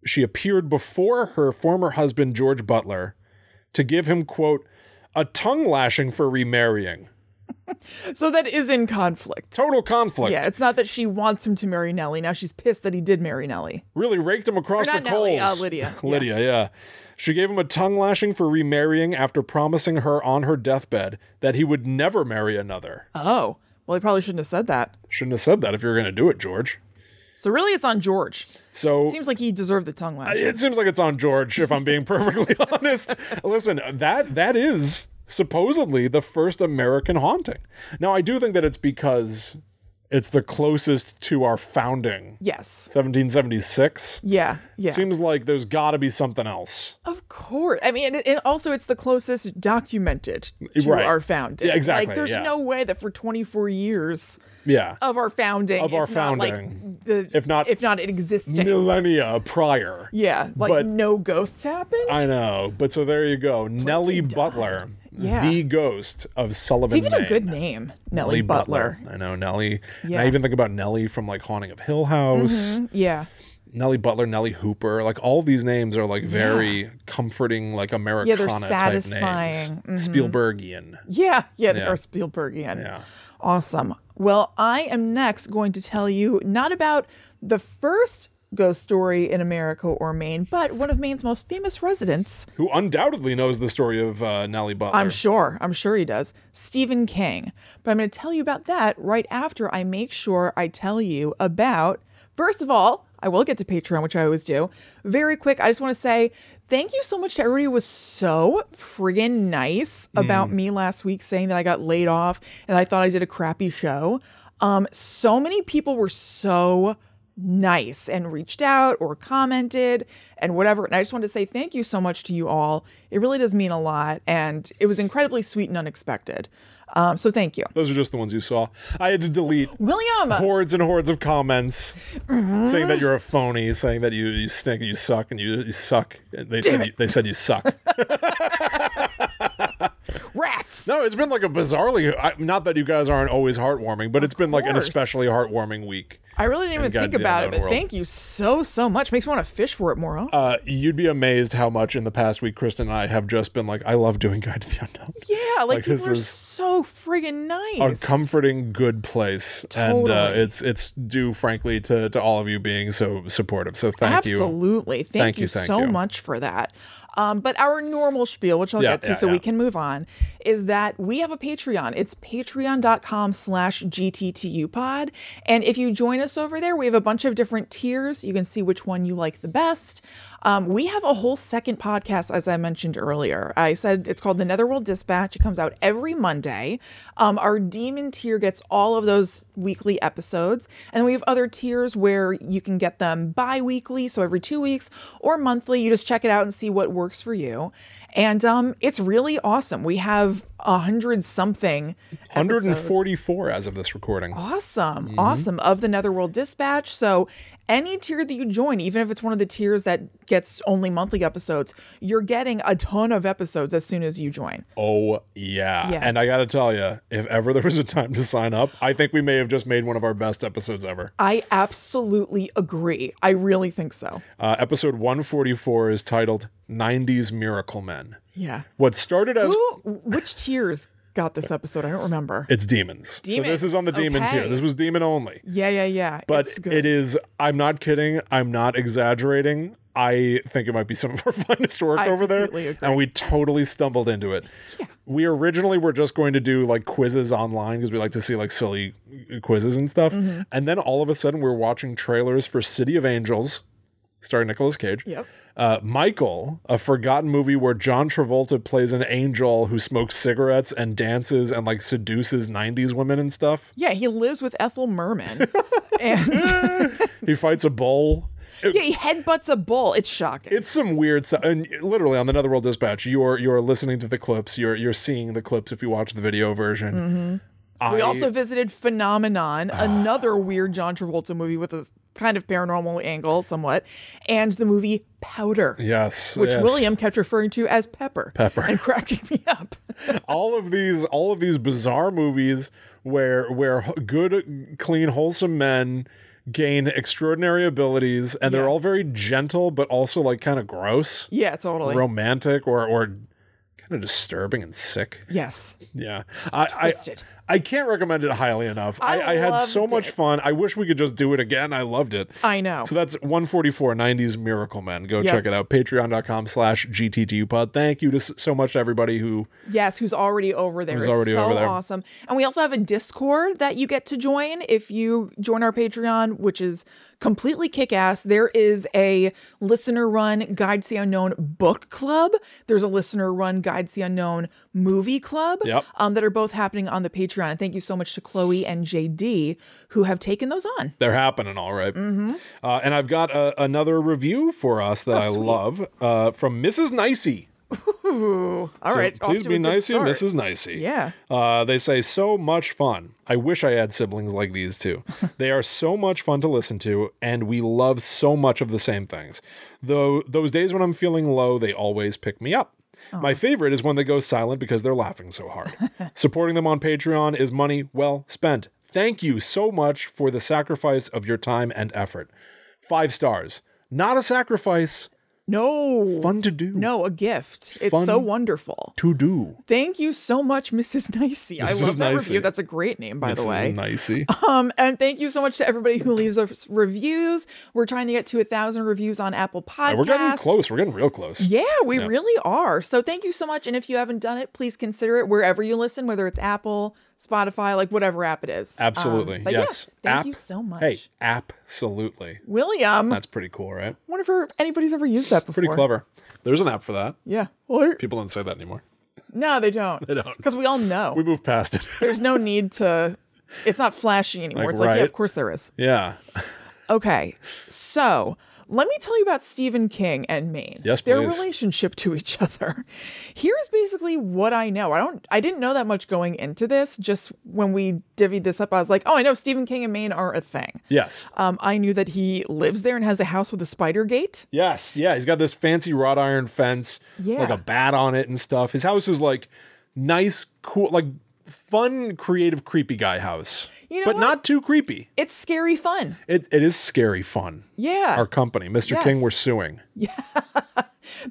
Speaker 1: she appeared before her former husband george butler to give him quote a tongue lashing for remarrying
Speaker 2: So that is in conflict.
Speaker 1: total conflict
Speaker 2: Yeah, it's not that she wants him to marry Nellie. Now she's pissed that he did marry Nellie.
Speaker 1: really raked him across
Speaker 2: Or not
Speaker 1: the
Speaker 2: Nellie,
Speaker 1: coals.
Speaker 2: uh, Lydia. Yeah.
Speaker 1: Lydia, yeah. She gave him a tongue lashing for remarrying after promising her on her deathbed that he would never marry another.
Speaker 2: Oh, well, he probably shouldn't have said that.
Speaker 1: Shouldn't have said that if you were going to do it, George.
Speaker 2: So really, it's on George.
Speaker 1: So
Speaker 2: Seems like he deserved the tongue lash.
Speaker 1: it seems like it's on George, if I'm being perfectly honest. Listen, that that is supposedly the first American haunting. Now, I do think that it's because it's the closest to our founding,
Speaker 2: Yes.
Speaker 1: 1776.
Speaker 2: Yeah. Yeah.
Speaker 1: Seems like there's got to be something else.
Speaker 2: of course. I mean, and, and also it's the closest documented to
Speaker 1: Right.
Speaker 2: our founding.
Speaker 1: Yeah, exactly,
Speaker 2: Like, there's
Speaker 1: yeah.
Speaker 2: no way that for 24 years
Speaker 1: Yeah.
Speaker 2: of our founding,
Speaker 1: Of our
Speaker 2: if not, like,
Speaker 1: founding.
Speaker 2: the,
Speaker 1: If not-
Speaker 2: if not existing,
Speaker 1: Millennia prior.
Speaker 2: yeah, like
Speaker 1: but-
Speaker 2: no ghosts happened.
Speaker 1: I know. But so there you go. Nellie
Speaker 2: died.
Speaker 1: Butler,
Speaker 2: Yeah.
Speaker 1: the ghost of Sullivan.
Speaker 2: it's even a
Speaker 1: Maine.
Speaker 2: good name, Nellie Butler.
Speaker 1: I know Nellie. And I
Speaker 2: Yeah. Mm-hmm.
Speaker 1: even think about Nellie from like Haunting of Hill House.
Speaker 2: Yeah.
Speaker 1: Nellie Butler, Nellie Hooper. Like all these names are like very comforting, like Americana
Speaker 2: they're satisfying. Mm-hmm.
Speaker 1: type names. Spielbergian.
Speaker 2: Yeah, yeah,
Speaker 1: Yeah.
Speaker 2: they are Spielbergian.
Speaker 1: Yeah.
Speaker 2: Awesome. Well, I am next going to tell you not about the first ghost story in America or Maine, but one of Maine's most famous residents.
Speaker 1: Who undoubtedly knows the story of uh, Nellie Butler.
Speaker 2: I'm sure, I'm sure he does, Stephen King. But I'm going to tell you about that right after I make sure I tell you about, first of all, I will get to Patreon, which I always do. Very quick, I just want to say thank you so much to everybody who was so friggin' nice about me last week saying that I got laid off and I thought I did a crappy show. Um, so many people were so nice and reached out or commented and whatever. And I just wanted to say thank you so much to you all. It really does mean a lot. And it was incredibly sweet and unexpected. Um, so thank you.
Speaker 1: Those are just the ones you saw. I had to delete
Speaker 2: William!
Speaker 1: hordes and hordes of comments
Speaker 2: Mm-hmm.
Speaker 1: saying that you're a phony, saying that you you stink, and you suck, and you, you suck. And They said you, they said you suck.
Speaker 2: Rats!
Speaker 1: no, it's been like a bizarrely. I, not that you guys aren't always heartwarming, but it's been like an
Speaker 2: course.
Speaker 1: especially heartwarming week.
Speaker 2: I really didn't even
Speaker 1: God
Speaker 2: think
Speaker 1: damn
Speaker 2: about
Speaker 1: that
Speaker 2: it, but
Speaker 1: world.
Speaker 2: thank you so, so much. Makes me want to fish for it more. often.
Speaker 1: Uh, you'd be amazed how much in the past week, Kristen and I have just been like, I love doing Guide to the Unknown.
Speaker 2: yeah,
Speaker 1: like,
Speaker 2: like,
Speaker 1: this
Speaker 2: people are
Speaker 1: is Oh,
Speaker 2: so friggin'
Speaker 1: a
Speaker 2: nice.
Speaker 1: comforting, good place, and uh,
Speaker 2: Totally.
Speaker 1: it's it's due, frankly, to to all of you being so supportive. So thank you.
Speaker 2: Absolutely. Thank,
Speaker 1: Thank
Speaker 2: you,
Speaker 1: you, thank
Speaker 2: so
Speaker 1: you.
Speaker 2: much for that. Um, but our normal spiel, which I'll
Speaker 1: Yeah,
Speaker 2: get to
Speaker 1: yeah,
Speaker 2: so
Speaker 1: yeah.
Speaker 2: we can move on, is that we have a Patreon. It's patreon.com slash gttupod. And if you join us over there, we have a bunch of different tiers. You can see which one you like the best. Um, we have a whole second podcast, as I mentioned earlier. I said it's called The Netherworld Dispatch. It comes out every Monday. Um, our demon tier gets all of those weekly episodes. And we have other tiers where you can get them bi weekly, so every two weeks, or monthly. You just check it out and see what works for you. And um, it's really awesome. We have a hundred something. episodes.
Speaker 1: 144 as of this recording.
Speaker 2: Awesome.
Speaker 1: Mm-hmm.
Speaker 2: Awesome. Of the Netherworld Dispatch. So, any tier that you join, even if it's one of the tiers that gets only monthly episodes, you're getting a ton of episodes as soon as you join.
Speaker 1: Oh yeah.
Speaker 2: Yeah.
Speaker 1: And I got to tell you, if ever there was a time to sign up, I think we may have just made one of our best episodes ever.
Speaker 2: I absolutely agree. I really think so.
Speaker 1: Uh, episode 144 is titled 90s Miracle Men.
Speaker 2: Yeah.
Speaker 1: What started as
Speaker 2: Who, which tiers got this episode? I don't remember.
Speaker 1: it's demons. So this is on the
Speaker 2: Demons,
Speaker 1: demon tier.
Speaker 2: okay.
Speaker 1: This was demon only.
Speaker 2: Yeah, yeah, yeah.
Speaker 1: But
Speaker 2: it's good.
Speaker 1: it is I'm not kidding, I'm not exaggerating. I think it might be some of our finest work
Speaker 2: I
Speaker 1: over there.
Speaker 2: completely agree.
Speaker 1: And we totally stumbled into it. We originally were just going to do like quizzes online because we like to see like silly quizzes and stuff.
Speaker 2: Mm-hmm.
Speaker 1: And then all of a sudden we were watching trailers for City of Angels starring Nicolas Cage.
Speaker 2: Yep.
Speaker 1: Uh, Michael, a forgotten movie where John Travolta plays an angel who smokes cigarettes and dances and like seduces 90s women and stuff.
Speaker 2: yeah, he lives with Ethel Merman. and
Speaker 1: He fights a bull.
Speaker 2: yeah, he headbutts a bull. It's shocking.
Speaker 1: it's some weird stuff. And literally on the Netherworld Dispatch, you're you're listening to the clips, you're you're seeing the clips if you watch the video version.
Speaker 2: Mm-hmm.
Speaker 1: I, Ah.
Speaker 2: We also visited Phenomenon, another weird John Travolta movie with a s- kind of paranormal angle, somewhat, and the movie Powder,
Speaker 1: yes,
Speaker 2: which
Speaker 1: yes.
Speaker 2: William kept referring to as Pepper. Pepper. And cracking me up.
Speaker 1: all of these all of these bizarre movies where where h- good, clean, wholesome men gain extraordinary abilities, and they're
Speaker 2: Yeah.
Speaker 1: all very gentle, but also like kind of gross,
Speaker 2: yeah, totally.
Speaker 1: romantic, or or kind of disturbing and sick.
Speaker 2: yes.
Speaker 1: Yeah, I, I
Speaker 2: twisted.
Speaker 1: I can't recommend it highly enough. I,
Speaker 2: I
Speaker 1: I, had so
Speaker 2: loved
Speaker 1: much
Speaker 2: it.
Speaker 1: fun. I wish we could just do it again. I loved it.
Speaker 2: I know.
Speaker 1: So that's 144 90s Miracle Men. Go
Speaker 2: Yeah.
Speaker 1: check it out. Patreon.com slash GTTUPod. Thank you to s- so much to everybody who
Speaker 2: Yes, who's already over there. it's
Speaker 1: already
Speaker 2: so
Speaker 1: over there.
Speaker 2: awesome. And we also have a Discord that you get to join if you join our Patreon, which is completely kick ass. There is a listener run Guides the Unknown book club. There's a listener run Guides the Unknown movie club
Speaker 1: Yep.
Speaker 2: um, that are both happening on the Patreon. And thank you so much to Chloe and JD who have taken those on.
Speaker 1: they're happening all right. Uh, and I've got a, another review for us that I love uh, from Mrs. Nicey.
Speaker 2: Ooh. All
Speaker 1: So
Speaker 2: right, off
Speaker 1: please
Speaker 2: to
Speaker 1: be
Speaker 2: a good
Speaker 1: nice to
Speaker 2: start.
Speaker 1: Mrs. Nicey.
Speaker 2: Yeah.
Speaker 1: Uh, they say, so much fun. I wish I had siblings like these two. they are so much fun to listen to, and we love so much of the same things. Though those days when I'm feeling low, they always pick me up. My favorite is when they go silent because they're laughing so hard. Supporting them on Patreon is money well spent. Thank you so much for the sacrifice of your time and effort. Five stars. Not a sacrifice,
Speaker 2: No.
Speaker 1: fun to do.
Speaker 2: No, a gift. It's
Speaker 1: Fun.
Speaker 2: so wonderful.
Speaker 1: To do.
Speaker 2: Thank you so much, Mrs. Nicey. I
Speaker 1: Mrs.
Speaker 2: love that
Speaker 1: Nicey.
Speaker 2: review. That's a great name, by the
Speaker 1: This
Speaker 2: way.
Speaker 1: is nicey.
Speaker 2: Um, and thank you so much to everybody who leaves us reviews. We're trying to get to a thousand reviews on Apple Podcasts.
Speaker 1: We're getting close. We're getting real close.
Speaker 2: Yeah, we really are. So thank you so much. And if you haven't done it, please consider it wherever you listen, whether it's Apple, Spotify, like whatever app it is. Um,
Speaker 1: Absolutely.
Speaker 2: but yeah,
Speaker 1: yes.
Speaker 2: thank
Speaker 1: App-
Speaker 2: you so much.
Speaker 1: Hey, absolutely.
Speaker 2: William, I
Speaker 1: That's pretty cool, right?
Speaker 2: wonder if anybody's ever used that before.
Speaker 1: Pretty clever. There's an app for that.
Speaker 2: Yeah. Or-
Speaker 1: People don't say that anymore.
Speaker 2: No, they don't. They
Speaker 1: don't.
Speaker 2: Because we all know.
Speaker 1: We moved past it.
Speaker 2: There's no need to. It's not flashy anymore.
Speaker 1: Like,
Speaker 2: it's like, yeah,
Speaker 1: right.
Speaker 2: of course there is.
Speaker 1: yeah.
Speaker 2: Okay. So let me tell you about Stephen King and Maine.
Speaker 1: Yes,
Speaker 2: Their
Speaker 1: please.
Speaker 2: relationship to each other. Here's basically what I know. I don't I didn't know that much going into this. Just when we divvied this up, I was like, oh, I know Stephen King and Maine are a thing.
Speaker 1: Yes.
Speaker 2: Um, I knew that he lives there and has a house with a spider gate.
Speaker 1: Yes. Yeah. He's got this fancy wrought iron fence,
Speaker 2: Yeah.
Speaker 1: like a bat on it and stuff. His house is like nice, cool, like fun, creative, creepy guy house,
Speaker 2: You know
Speaker 1: but
Speaker 2: what?
Speaker 1: not too creepy.
Speaker 2: It's scary fun.
Speaker 1: It, it is scary fun.
Speaker 2: Yeah.
Speaker 1: Our company, Mr.
Speaker 2: Yes.
Speaker 1: King, we're suing.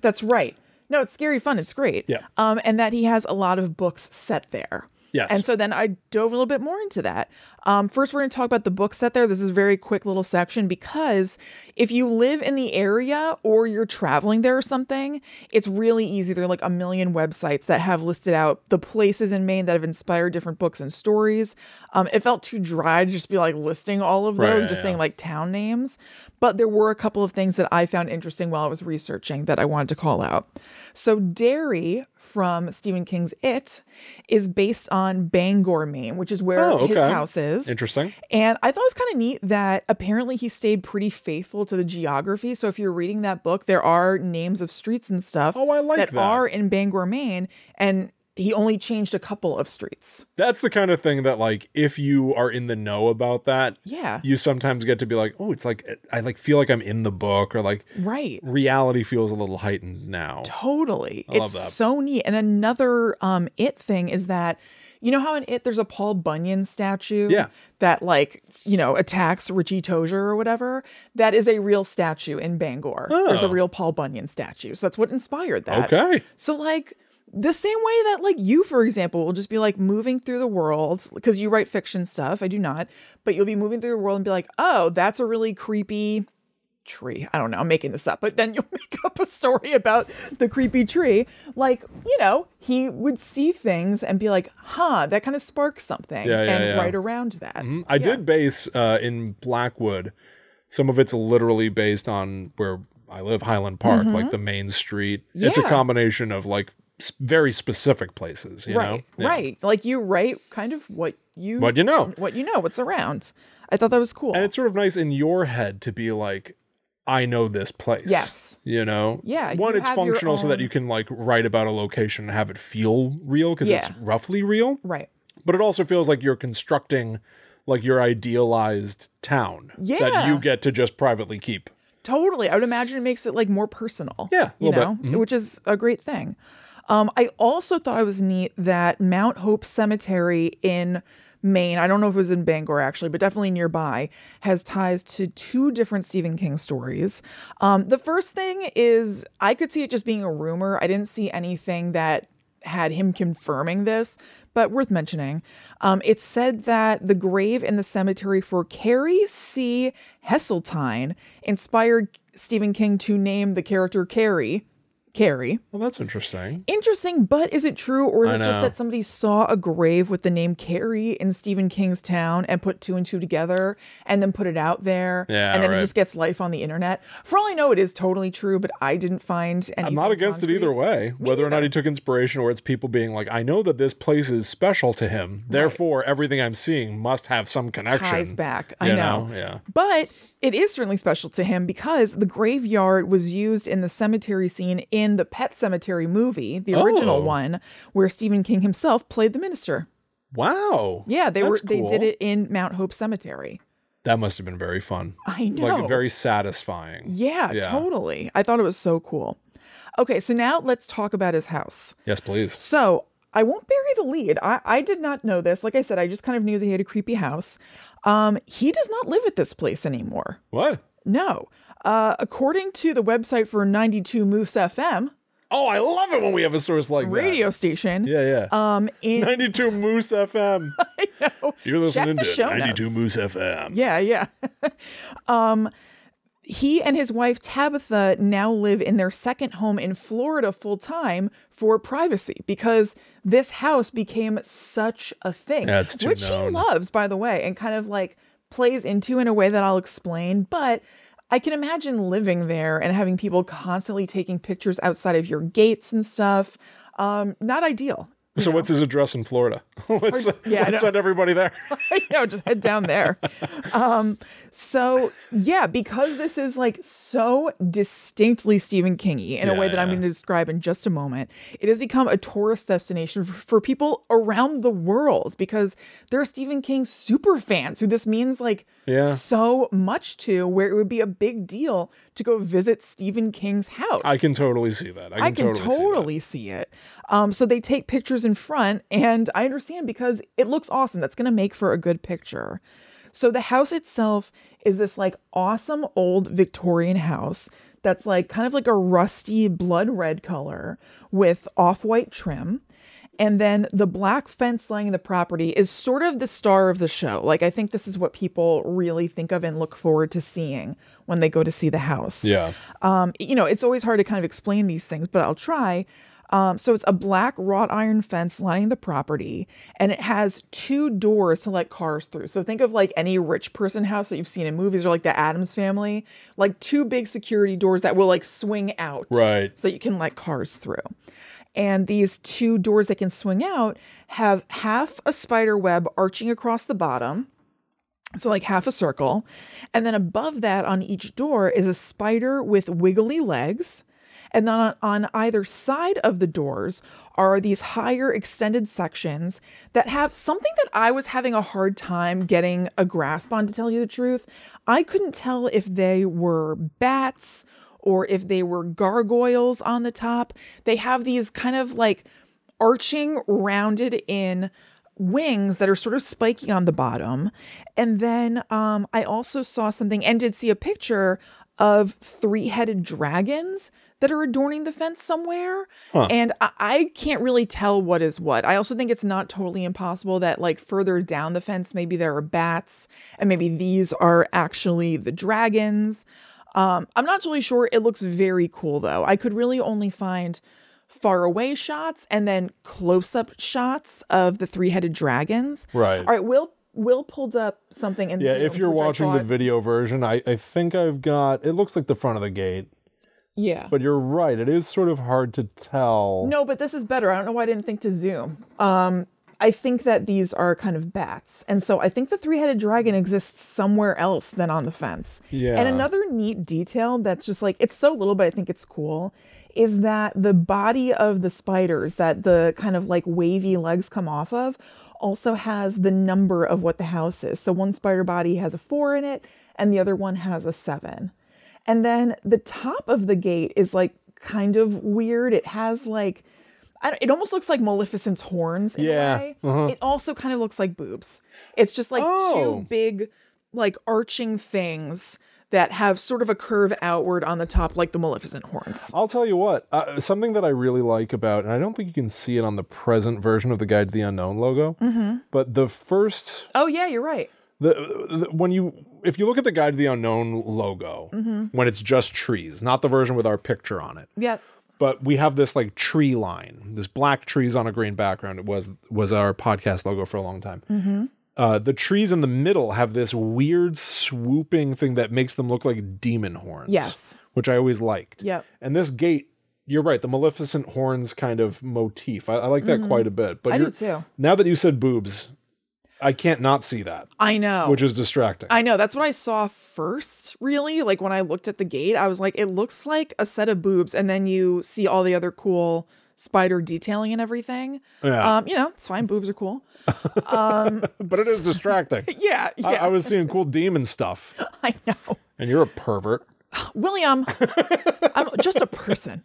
Speaker 2: That's right. No, it's scary fun. It's great.
Speaker 1: Yeah.
Speaker 2: Um, and that he has a lot of books set there.
Speaker 1: Yes.
Speaker 2: And so then I dove a little bit more into that. Um, first, we're going to talk about the book set there. This is a very quick little section because if you live in the area or you're traveling there or something, it's really easy. There are like a million websites that have listed out the places in Maine that have inspired different books and stories. Um, it felt too dry to just be like listing all of those,
Speaker 1: Right, yeah,
Speaker 2: just
Speaker 1: yeah.
Speaker 2: saying like town names. But there were a couple of things that I found interesting while I was researching that I wanted to call out. So, Derry from Stephen King's It is based on Bangor, Maine, which is where
Speaker 1: Oh,
Speaker 2: his
Speaker 1: okay.
Speaker 2: house is.
Speaker 1: Interesting.
Speaker 2: And I thought it was kind of neat that apparently he stayed pretty faithful to the geography. So if you're reading that book, there are names of streets and stuff
Speaker 1: Oh, I like that.
Speaker 2: are in Bangor, Maine, and he only changed a couple of streets.
Speaker 1: That's the kind of thing that, like, if you are in the know about that,
Speaker 2: Yeah.
Speaker 1: you sometimes get to be like, oh, it's like I like feel like I'm in the book, or like
Speaker 2: Right.
Speaker 1: reality feels a little heightened now.
Speaker 2: Totally.
Speaker 1: love
Speaker 2: it's
Speaker 1: that.
Speaker 2: so neat. And another um it thing is that you know how in it there's a Paul Bunyan statue
Speaker 1: Yeah.
Speaker 2: that like, you know, attacks Richie Tozier or whatever. That is a real statue in Bangor. There's a
Speaker 1: Oh.
Speaker 2: real Paul Bunyan statue. So that's what inspired that.
Speaker 1: Okay.
Speaker 2: So like the same way that like you for example will just be like moving through the world because you write fiction stuff, I do not, but you'll be moving through the world and be like, "Oh, that's a really creepy tree. I don't know. I'm making this up, but then you'll make up a story about the creepy tree. Like, you know, he would see things and be like, huh, that kind of sparks something.
Speaker 1: Yeah, yeah,
Speaker 2: and
Speaker 1: yeah. Mm-hmm.
Speaker 2: right around that.
Speaker 1: Hmm, I did base uh, in Blackwood. Some of it's literally based on where I live, Highland Park, like the main street. It's a
Speaker 2: Mm-hmm. Yeah.
Speaker 1: combination of like s- very specific places, you
Speaker 2: right.
Speaker 1: know? Yeah.
Speaker 2: Right. Like you write kind of what you
Speaker 1: What you know.
Speaker 2: what you know, what's around. I thought that was cool.
Speaker 1: And it's sort of nice in your head to be like, I know this place.
Speaker 2: Yes.
Speaker 1: You know?
Speaker 2: Yeah, you
Speaker 1: One, it's
Speaker 2: have your
Speaker 1: functional so that
Speaker 2: own-
Speaker 1: you can like write about a location and have it feel real because
Speaker 2: Yeah.
Speaker 1: it's roughly real.
Speaker 2: right.
Speaker 1: but it also feels like you're constructing like your idealized town that
Speaker 2: Yeah.
Speaker 1: you get to just privately keep.
Speaker 2: Totally. I would imagine it makes it like more personal.
Speaker 1: Yeah, a
Speaker 2: You
Speaker 1: little
Speaker 2: know,
Speaker 1: bit.
Speaker 2: which is a great thing. Um, I also thought it was neat that Mount Hope Cemetery in Maine, I don't know if it was in Bangor actually, but definitely nearby, has ties to two different Stephen King stories. Um, the first thing is I could see it just being a rumor. I didn't see anything that had him confirming this, but worth mentioning. Um, it said that the grave in the cemetery for Carrie C. Heseltine inspired Stephen King to name the character Carrie. Carrie.
Speaker 1: Well, that's interesting.
Speaker 2: Interesting, but is it true or is
Speaker 1: I
Speaker 2: it just
Speaker 1: know.
Speaker 2: that somebody saw a grave with the name Carrie in Stephen King's town and put two and two together and then put it out there?
Speaker 1: Yeah,
Speaker 2: and then
Speaker 1: right.
Speaker 2: it just gets life on the internet. For all I know, it is totally true, but I didn't find any.
Speaker 1: I'm not against it either way, whether or not he took inspiration or it's people being like, I know that this place is special to him. Therefore, everything I'm seeing must have some connection.
Speaker 2: ties back. I
Speaker 1: You
Speaker 2: know.
Speaker 1: know, yeah.
Speaker 2: But it is certainly special to him because the graveyard was used in the cemetery scene in the Pet Cemetery movie, the original
Speaker 1: Oh.
Speaker 2: one, where Stephen King himself played the minister.
Speaker 1: Wow.
Speaker 2: Yeah, they were
Speaker 1: That's
Speaker 2: they did
Speaker 1: cool.
Speaker 2: it in Mount Hope Cemetery.
Speaker 1: That must have been very fun.
Speaker 2: I know.
Speaker 1: Like very satisfying.
Speaker 2: yeah,
Speaker 1: Yeah.
Speaker 2: totally. I thought it was so cool. Okay, so now let's talk about his house.
Speaker 1: Yes, please.
Speaker 2: So I won't bury the lead. I, I did not know this. Like I said, I just kind of knew that he had a creepy house. Um, he does not live at this place anymore.
Speaker 1: What?
Speaker 2: No. Uh, according to the website for 92 Moose FM
Speaker 1: Oh, I love it when we have a source like
Speaker 2: radio station,
Speaker 1: that. Yeah, yeah.
Speaker 2: um, in
Speaker 1: 92 Moose FM. You're listening
Speaker 2: the
Speaker 1: to
Speaker 2: show
Speaker 1: 92
Speaker 2: notes.
Speaker 1: Moose FM.
Speaker 2: yeah, yeah. um, he and his wife Tabitha now live in their second home in Florida full time for privacy because this house became such a thing,
Speaker 1: Yeah, it's too
Speaker 2: which he
Speaker 1: known.
Speaker 2: loves, by the way, and kind of like plays into in a way that I'll explain, but. I can imagine living there and having people constantly taking pictures outside of your gates and stuff. Um, not ideal
Speaker 1: So what's his address in Florida? let's
Speaker 2: yeah, I
Speaker 1: let's
Speaker 2: know.
Speaker 1: send everybody there.
Speaker 2: I know, just head down there. Um, so yeah, because this is like so distinctly Stephen Kingy in a
Speaker 1: Yeah,
Speaker 2: way that I'm
Speaker 1: yeah.
Speaker 2: going to describe in just a moment, it has become a tourist destination f- for people around the world because there are Stephen King super fans who this means like
Speaker 1: Yeah.
Speaker 2: so much to, where it would be a big deal to go visit Stephen King's house.
Speaker 1: I can totally see that. I can,
Speaker 2: I can
Speaker 1: totally,
Speaker 2: totally,
Speaker 1: see
Speaker 2: see, it. Um, so they take pictures in front, and I understand because it looks awesome. That's going to make for a good picture. So the house itself is this like awesome old Victorian house that's like kind of like a rusty blood red color with off white trim. And then the black fence lining the property is sort of the star of the show. Like, I think this is what people really think of and look forward to seeing when they go to see the house
Speaker 1: that. Yeah.
Speaker 2: um, you know, it's always hard to kind of explain these things, but I'll try. Um, so it's a black wrought iron fence lining the property, and it has two doors to let cars through. So think of like any rich person house that you've seen in movies or like the Adams family, like two big security doors that will like swing out
Speaker 1: Right.
Speaker 2: so you can let cars through. And these two doors that can swing out have half a spider web arching across the bottom, so like half a circle. And then above that on each door is a spider with wiggly legs. And then on, on either side of the doors are these higher extended sections that have something that I was having a hard time getting a grasp on, to tell you the truth. I couldn't tell if they were bats or if they were gargoyles on the top. They have these kind of like arching, rounded in wings that are sort of spiky on the bottom. And then um, I also saw something and did see a picture of three headed dragons that are adorning the fence somewhere. And I-, I can't really tell what is what. I also think it's not totally impossible that, like, further down the fence, maybe there are bats and maybe these are actually the dragons. Um, I'm not totally sure. It looks very cool though. I could really only find far away shots and then close up shots of the three headed dragons.
Speaker 1: Right.
Speaker 2: All right. Will Will pulled up something and
Speaker 1: Yeah, if you're watching the video version, I, I think I've got it looks like the front of the gate,
Speaker 2: yeah.
Speaker 1: but you're right. It is sort of hard to tell.
Speaker 2: No, but this is better. I don't know why I didn't think to zoom. Um, I think that these are kind of bats. And so I think the three headed dragon exists somewhere else than on the fence.
Speaker 1: Yeah.
Speaker 2: And another neat detail that's just like, it's so little, but I think it's cool, is that the body of the spiders that the kind of like wavy legs come off of also has the number of what the house is. So one spider body has a four in it, and the other one has a seven. And then the top of the gate is like kind of weird. It has like, I don't, it almost looks like Maleficent's horns. In
Speaker 1: Yeah,
Speaker 2: A way. It also kind of looks like boobs. It's just like
Speaker 1: Oh.
Speaker 2: two big, like arching things that have sort of a curve outward on the top, like the Maleficent horns.
Speaker 1: I'll tell you what, uh, something that I really like about, and I don't think you can see it on the present version of the Guide to the Unknown logo, but the first
Speaker 2: Oh yeah, you're right.
Speaker 1: the, the when you if you look at the Guide to the Unknown logo when it's just trees, not the version with our picture on it,
Speaker 2: Yeah.
Speaker 1: but we have this like tree line, this black trees on a green background. It was was our podcast logo for a long time. Uh, the trees in the middle have this weird swooping thing that makes them look like demon horns.
Speaker 2: Yes.
Speaker 1: which I always liked.
Speaker 2: Yep.
Speaker 1: and this gate. You're right. The Maleficent horns kind of motif. I, I like that quite a bit. But
Speaker 2: Mm-hmm. I do
Speaker 1: you're-
Speaker 2: too.
Speaker 1: Now that you said boobs, I can't not see that,
Speaker 2: I know.
Speaker 1: which is distracting.
Speaker 2: Oh. I know. That's what I saw first, really. Like when I looked at the gate, I was like, it looks like a set of boobs. And then you see all the other cool spider detailing and everything.
Speaker 1: Yeah.
Speaker 2: Um, you know, it's fine. Boobs are cool.
Speaker 1: but it is distracting.
Speaker 2: Yeah. Yeah.
Speaker 1: I, I was seeing cool demon stuff,
Speaker 2: I know.
Speaker 1: and you're a pervert.
Speaker 2: William, I'm just a person.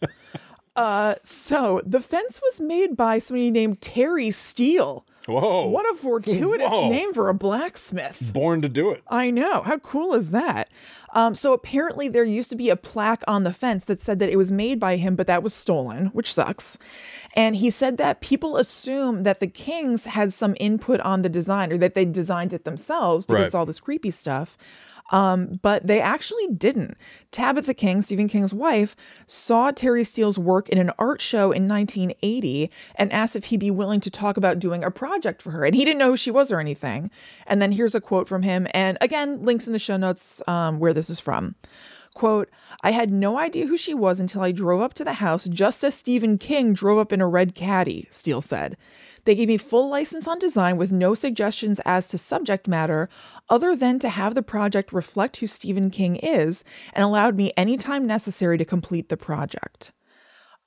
Speaker 2: Uh, so the fence was made by somebody named Terry Steele.
Speaker 1: Whoa!
Speaker 2: What a fortuitous
Speaker 1: Whoa.
Speaker 2: name for a blacksmith.
Speaker 1: born to do it.
Speaker 2: I know. How cool is that? Um, so apparently, there used to be a plaque on the fence that said that it was made by him, but that was stolen, which sucks. And he said that people assume that the Kings had some input on the design or that they designed it themselves because
Speaker 1: Right.
Speaker 2: it's all this creepy stuff. Um, but they actually didn't. Tabitha King, Stephen King's wife, saw Terry Steele's work in an art show in 1980 and asked if he'd be willing to talk about doing a project for her. And he didn't know who she was or anything. And then here's a quote from him. And again, links in the show notes um, where this is from. Quote, I had no idea who she was until I drove up to the house just as Stephen King drove up in a red caddy, Steele said. They gave me full license on design with no suggestions as to subject matter other than to have the project reflect who Stephen King is and allowed me any time necessary to complete the project.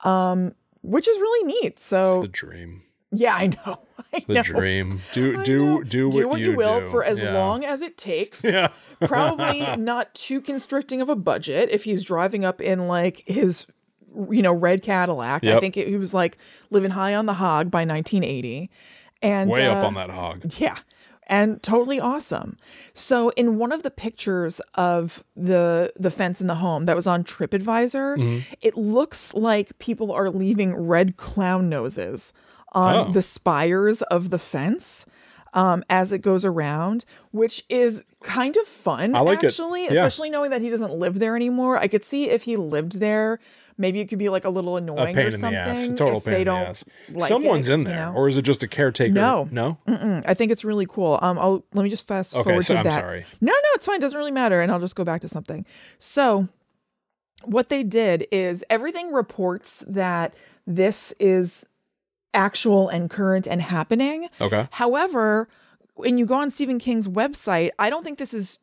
Speaker 2: Um, which is really neat. So
Speaker 1: the dream.
Speaker 2: Oh. yeah, I know. I
Speaker 1: The
Speaker 2: know.
Speaker 1: dream. Do
Speaker 2: I
Speaker 1: do
Speaker 2: know.
Speaker 1: do what,
Speaker 2: you, will
Speaker 1: do.
Speaker 2: for as
Speaker 1: Yeah.
Speaker 2: long as it takes.
Speaker 1: Yeah.
Speaker 2: Probably not too constricting of a budget if he's driving up in like his you know red Cadillac. I
Speaker 1: Yep.
Speaker 2: think it, he was like living high on the hog by 1980. And
Speaker 1: Way
Speaker 2: uh,
Speaker 1: up on that hog.
Speaker 2: yeah. And totally awesome. So in one of the pictures of the the fence in the home that was on TripAdvisor,
Speaker 1: Mm-hmm.
Speaker 2: it looks like people are leaving red clown noses on
Speaker 1: Oh.
Speaker 2: the spires of the fence um, as it goes around, which is kind of fun
Speaker 1: I like it.
Speaker 2: actually,
Speaker 1: Yeah.
Speaker 2: especially knowing that he doesn't live there anymore. I could see if he lived there, maybe it could be like a little
Speaker 1: A
Speaker 2: annoying
Speaker 1: pain
Speaker 2: or
Speaker 1: in the
Speaker 2: something.
Speaker 1: ass. A total
Speaker 2: if
Speaker 1: pain
Speaker 2: they
Speaker 1: in the
Speaker 2: don't
Speaker 1: ass.
Speaker 2: like
Speaker 1: Someone's
Speaker 2: it,
Speaker 1: in
Speaker 2: you
Speaker 1: there,
Speaker 2: know?
Speaker 1: or is it just a caretaker?
Speaker 2: No.
Speaker 1: No.
Speaker 2: Mm, I think it's really cool. Um, I'll let me just fast
Speaker 1: Okay,
Speaker 2: forward
Speaker 1: so
Speaker 2: to
Speaker 1: I'm
Speaker 2: that.
Speaker 1: sorry.
Speaker 2: No, no, it's fine. doesn't really matter, and I'll just go back to something. So, what they did is everything reports that this is actual and current and happening.
Speaker 1: Okay.
Speaker 2: However, when you go on Stephen King's website, I don't think this is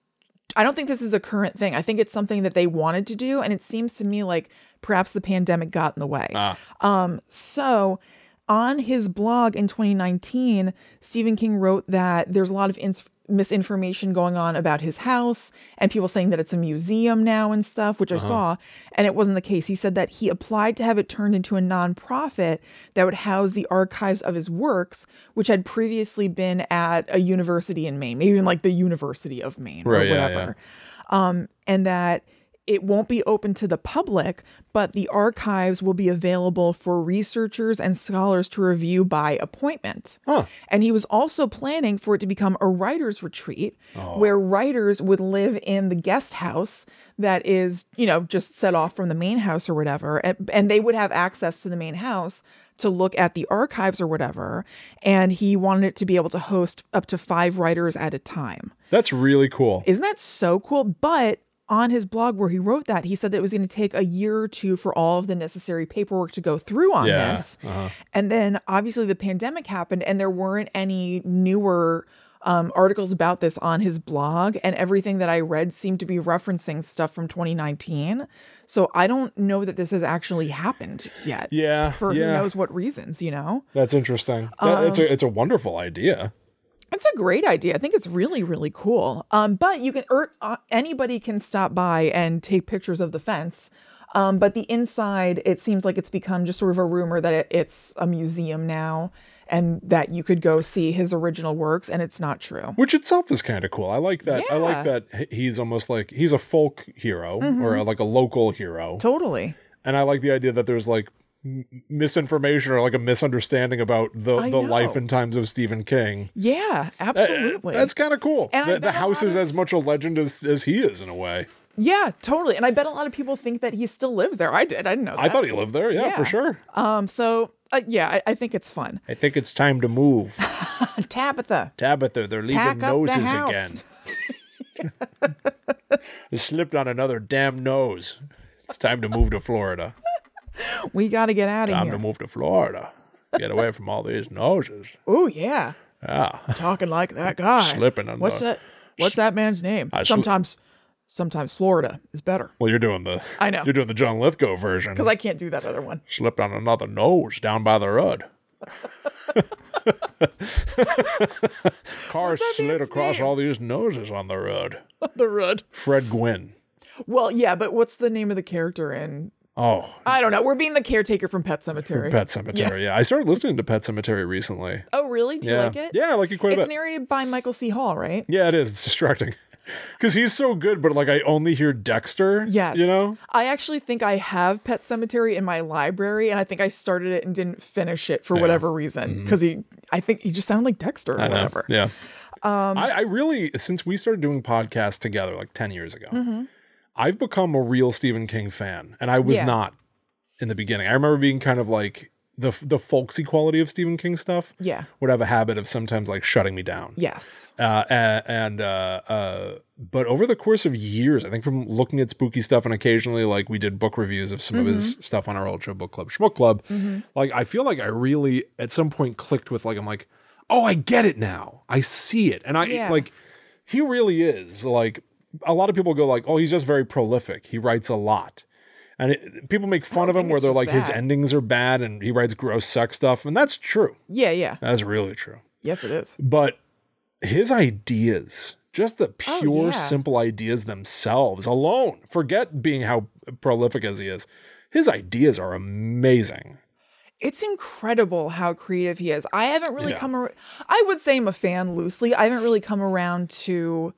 Speaker 2: I don't think this is a current thing. I think it's something that they wanted to do and it seems to me like perhaps the pandemic got in the way.
Speaker 1: Ah.
Speaker 2: Um so on his blog in 2019, Stephen King wrote that there's a lot of ins- misinformation going on about his house and people saying that it's a museum now and stuff, which
Speaker 1: Uh-huh.
Speaker 2: I saw, and it wasn't the case. He said that he applied to have it turned into a nonprofit that would house the archives of his works, which had previously been at a university in Maine, maybe even like the University of Maine
Speaker 1: Right,
Speaker 2: or
Speaker 1: yeah,
Speaker 2: whatever um, and that it won't be open to the public, but the archives will be available for researchers and scholars to review by appointment.
Speaker 1: Huh.
Speaker 2: And he was also planning for it to become a writer's retreat where writers would live in the guest house that is, you know, just set off from the main house or whatever. And, and they would have access to the main house to look at the archives or whatever. And he wanted it to be able to host up to five writers at a time.
Speaker 1: That's really cool.
Speaker 2: Isn't that so cool? But on his blog where he wrote that, he said that it was going to take a year or two for all of the necessary paperwork to go through on
Speaker 1: Yeah, uh-huh.
Speaker 2: this. And then obviously the pandemic happened and there weren't any newer um, articles about this on his blog. And everything that I read seemed to be referencing stuff from 2019. So I don't know that this has actually happened yet.
Speaker 1: yeah.
Speaker 2: For who
Speaker 1: yeah.
Speaker 2: knows what reasons, you know?
Speaker 1: That's interesting. That, it's
Speaker 2: Um,
Speaker 1: a it's a wonderful idea.
Speaker 2: It's a great idea. I think it's really, really cool. Um, but you can, er, uh, anybody can stop by and take pictures of the fence. Um, but the inside, it seems like it's become just sort of a rumor that it, it's a museum now and that you could go see his original works, and it's not true.
Speaker 1: which itself is kind of cool. I like that. I
Speaker 2: Yeah.
Speaker 1: like that h- he's almost like he's a folk hero
Speaker 2: Mm-hmm.
Speaker 1: or like a local hero,
Speaker 2: Totally.
Speaker 1: and I like the idea that there's like m- misinformation or like a misunderstanding about the
Speaker 2: I
Speaker 1: the life
Speaker 2: know.
Speaker 1: and times of Stephen King.
Speaker 2: Yeah, absolutely.
Speaker 1: That's kind of cool.
Speaker 2: And I
Speaker 1: The, the
Speaker 2: bet a
Speaker 1: house
Speaker 2: lot
Speaker 1: is
Speaker 2: of-
Speaker 1: as much a legend as as he is in a way.
Speaker 2: yeah, totally. And I bet a lot of people think that he still lives there. I did. I didn't know that.
Speaker 1: I thought he lived there. Yeah,
Speaker 2: Yeah.
Speaker 1: for sure.
Speaker 2: um, so, uh, yeah, I, I think it's fun.
Speaker 1: I think it's time to move.
Speaker 2: Tabitha.
Speaker 1: Tabitha, they're leaving
Speaker 2: Pack up the
Speaker 1: noses
Speaker 2: house.
Speaker 1: again. I slipped on another damn nose. It's time to move to Florida.
Speaker 2: We got to get out of
Speaker 1: Time
Speaker 2: here.
Speaker 1: to move to Florida. Get away from all these noses.
Speaker 2: Oh, yeah.
Speaker 1: Yeah.
Speaker 2: talking like that guy.
Speaker 1: Slipping on
Speaker 2: What's
Speaker 1: the-
Speaker 2: that? What's that man's name?
Speaker 1: sli-
Speaker 2: sometimes, sometimes Florida is better
Speaker 1: Well, you're doing the
Speaker 2: I know.
Speaker 1: you're doing the John Lithgow version.
Speaker 2: because I can't do that other one.
Speaker 1: Slipped on another nose down by the road. Car slid
Speaker 2: man's
Speaker 1: across
Speaker 2: name?
Speaker 1: all these noses on the road.
Speaker 2: the Rudd.
Speaker 1: Fred Gwynn.
Speaker 2: Well, yeah, but what's the name of the character in?
Speaker 1: Oh,
Speaker 2: I don't know. We're being the caretaker from Pet Cemetery.
Speaker 1: Pet Cemetery. Yeah. I started listening to Pet Cemetery recently.
Speaker 2: Oh, really? Do you
Speaker 1: Yeah.
Speaker 2: like it?
Speaker 1: Yeah, I like it quite a
Speaker 2: It's
Speaker 1: bit.
Speaker 2: narrated by Michael C. Hall, right?
Speaker 1: yeah, it is. It's distracting. Because he's so good, but like I only hear Dexter.
Speaker 2: Yes.
Speaker 1: You know?
Speaker 2: I actually think I have Pet Cemetery in my library, and I think I started it and didn't finish it for whatever reason. Because he, I think he just sounded like Dexter or
Speaker 1: Mm-hmm. I know.
Speaker 2: whatever. Um,
Speaker 1: Yeah. I, I really, since we started doing podcasts together like 10 years ago,
Speaker 2: Mm-hmm.
Speaker 1: I've become a real Stephen King fan. And I was
Speaker 2: Yeah.
Speaker 1: not in the beginning. I remember being kind of like the the folksy quality of Stephen King stuff
Speaker 2: Yeah.
Speaker 1: would have a habit of sometimes like shutting me down.
Speaker 2: Yes.
Speaker 1: Uh, a- and uh, uh, but over the course of years, I think from looking at spooky stuff and occasionally like we did book reviews of some of his
Speaker 2: Mm-hmm.
Speaker 1: stuff on our old show, book club, schmuck club. Like I feel like I really at some point clicked with like I'm like, oh, I get it now. I see it, and I
Speaker 2: Yeah.
Speaker 1: like he really is like a lot of people go like, oh, he's just very prolific. He writes a lot. And it, people make fun of him
Speaker 2: think
Speaker 1: where
Speaker 2: it's
Speaker 1: they're
Speaker 2: just
Speaker 1: like his
Speaker 2: that.
Speaker 1: endings are bad and he writes gross sex stuff and that's true.
Speaker 2: Yeah. Yeah.
Speaker 1: That's really true
Speaker 2: Yes, it is.
Speaker 1: but his ideas just the
Speaker 2: Oh,
Speaker 1: pure
Speaker 2: yeah.
Speaker 1: simple ideas themselves alone forget being how prolific as he is his ideas are amazing
Speaker 2: It's incredible how creative he is. I haven't really
Speaker 1: Yeah.
Speaker 2: come. Ar- I would say I'm a fan loosely. I haven't really come around to.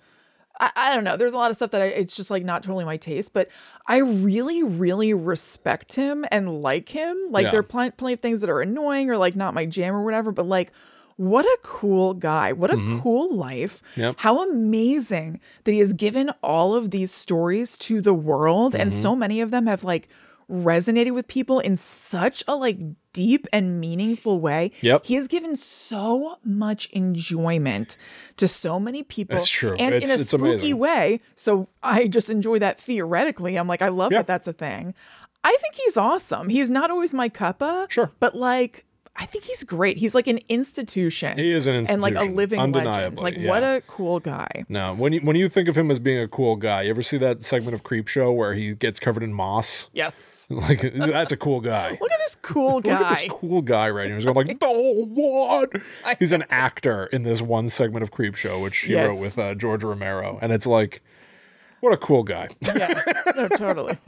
Speaker 2: I, I don't know. There's a lot of stuff that I, it's just like not totally my taste, but I really, really respect him and like him. Like
Speaker 1: Yeah.
Speaker 2: there are pl- plenty of things that are annoying or like not my jam or whatever, but like. What a cool guy. What a cool life.
Speaker 1: Mm-hmm. Yep.
Speaker 2: How amazing that he has given all of these stories to the world
Speaker 1: Mm-hmm.
Speaker 2: and so many of them have like resonated with people in such a like deep and meaningful way.
Speaker 1: Yep.
Speaker 2: He has given so much enjoyment to so many people.
Speaker 1: It's true.
Speaker 2: And in
Speaker 1: It's-
Speaker 2: a
Speaker 1: it's
Speaker 2: spooky
Speaker 1: amazing.
Speaker 2: way. So I just enjoy that theoretically. I'm like, I love
Speaker 1: Yeah.
Speaker 2: that that's a thing. I think he's awesome. He's not always my cuppa.
Speaker 1: Sure.
Speaker 2: But like, I think he's great. He's like an institution.
Speaker 1: he is an institution,
Speaker 2: and like a living legend.
Speaker 1: undeniably
Speaker 2: Like,
Speaker 1: yeah.
Speaker 2: what a cool guy.
Speaker 1: no when you when you think of him as being a cool guy you ever see that segment of creep show where he gets covered in moss
Speaker 2: Yes.
Speaker 1: like that's a cool guy
Speaker 2: Look at this cool guy.
Speaker 1: Look at this cool guy right here. He's going like, oh, what?
Speaker 2: I-
Speaker 1: He's an actor in this one segment of Creep Show, which he
Speaker 2: Yeah,
Speaker 1: wrote
Speaker 2: it's-
Speaker 1: with uh, George Romero, and it's like, what a cool guy.
Speaker 2: yeah, no, totally.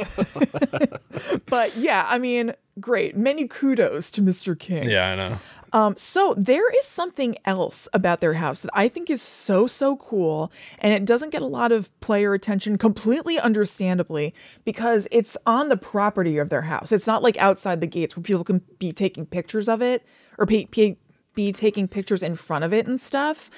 Speaker 2: but yeah, I mean, great. Many kudos to Mr. King.
Speaker 1: yeah, I know.
Speaker 2: Um, so there is something else about their house that I think is so so cool, and it doesn't get a lot of player attention, completely understandably, because it's on the property of their house. It's not like outside the gates where people can be taking pictures of it or pa pa- be taking pictures in front of it and stuff.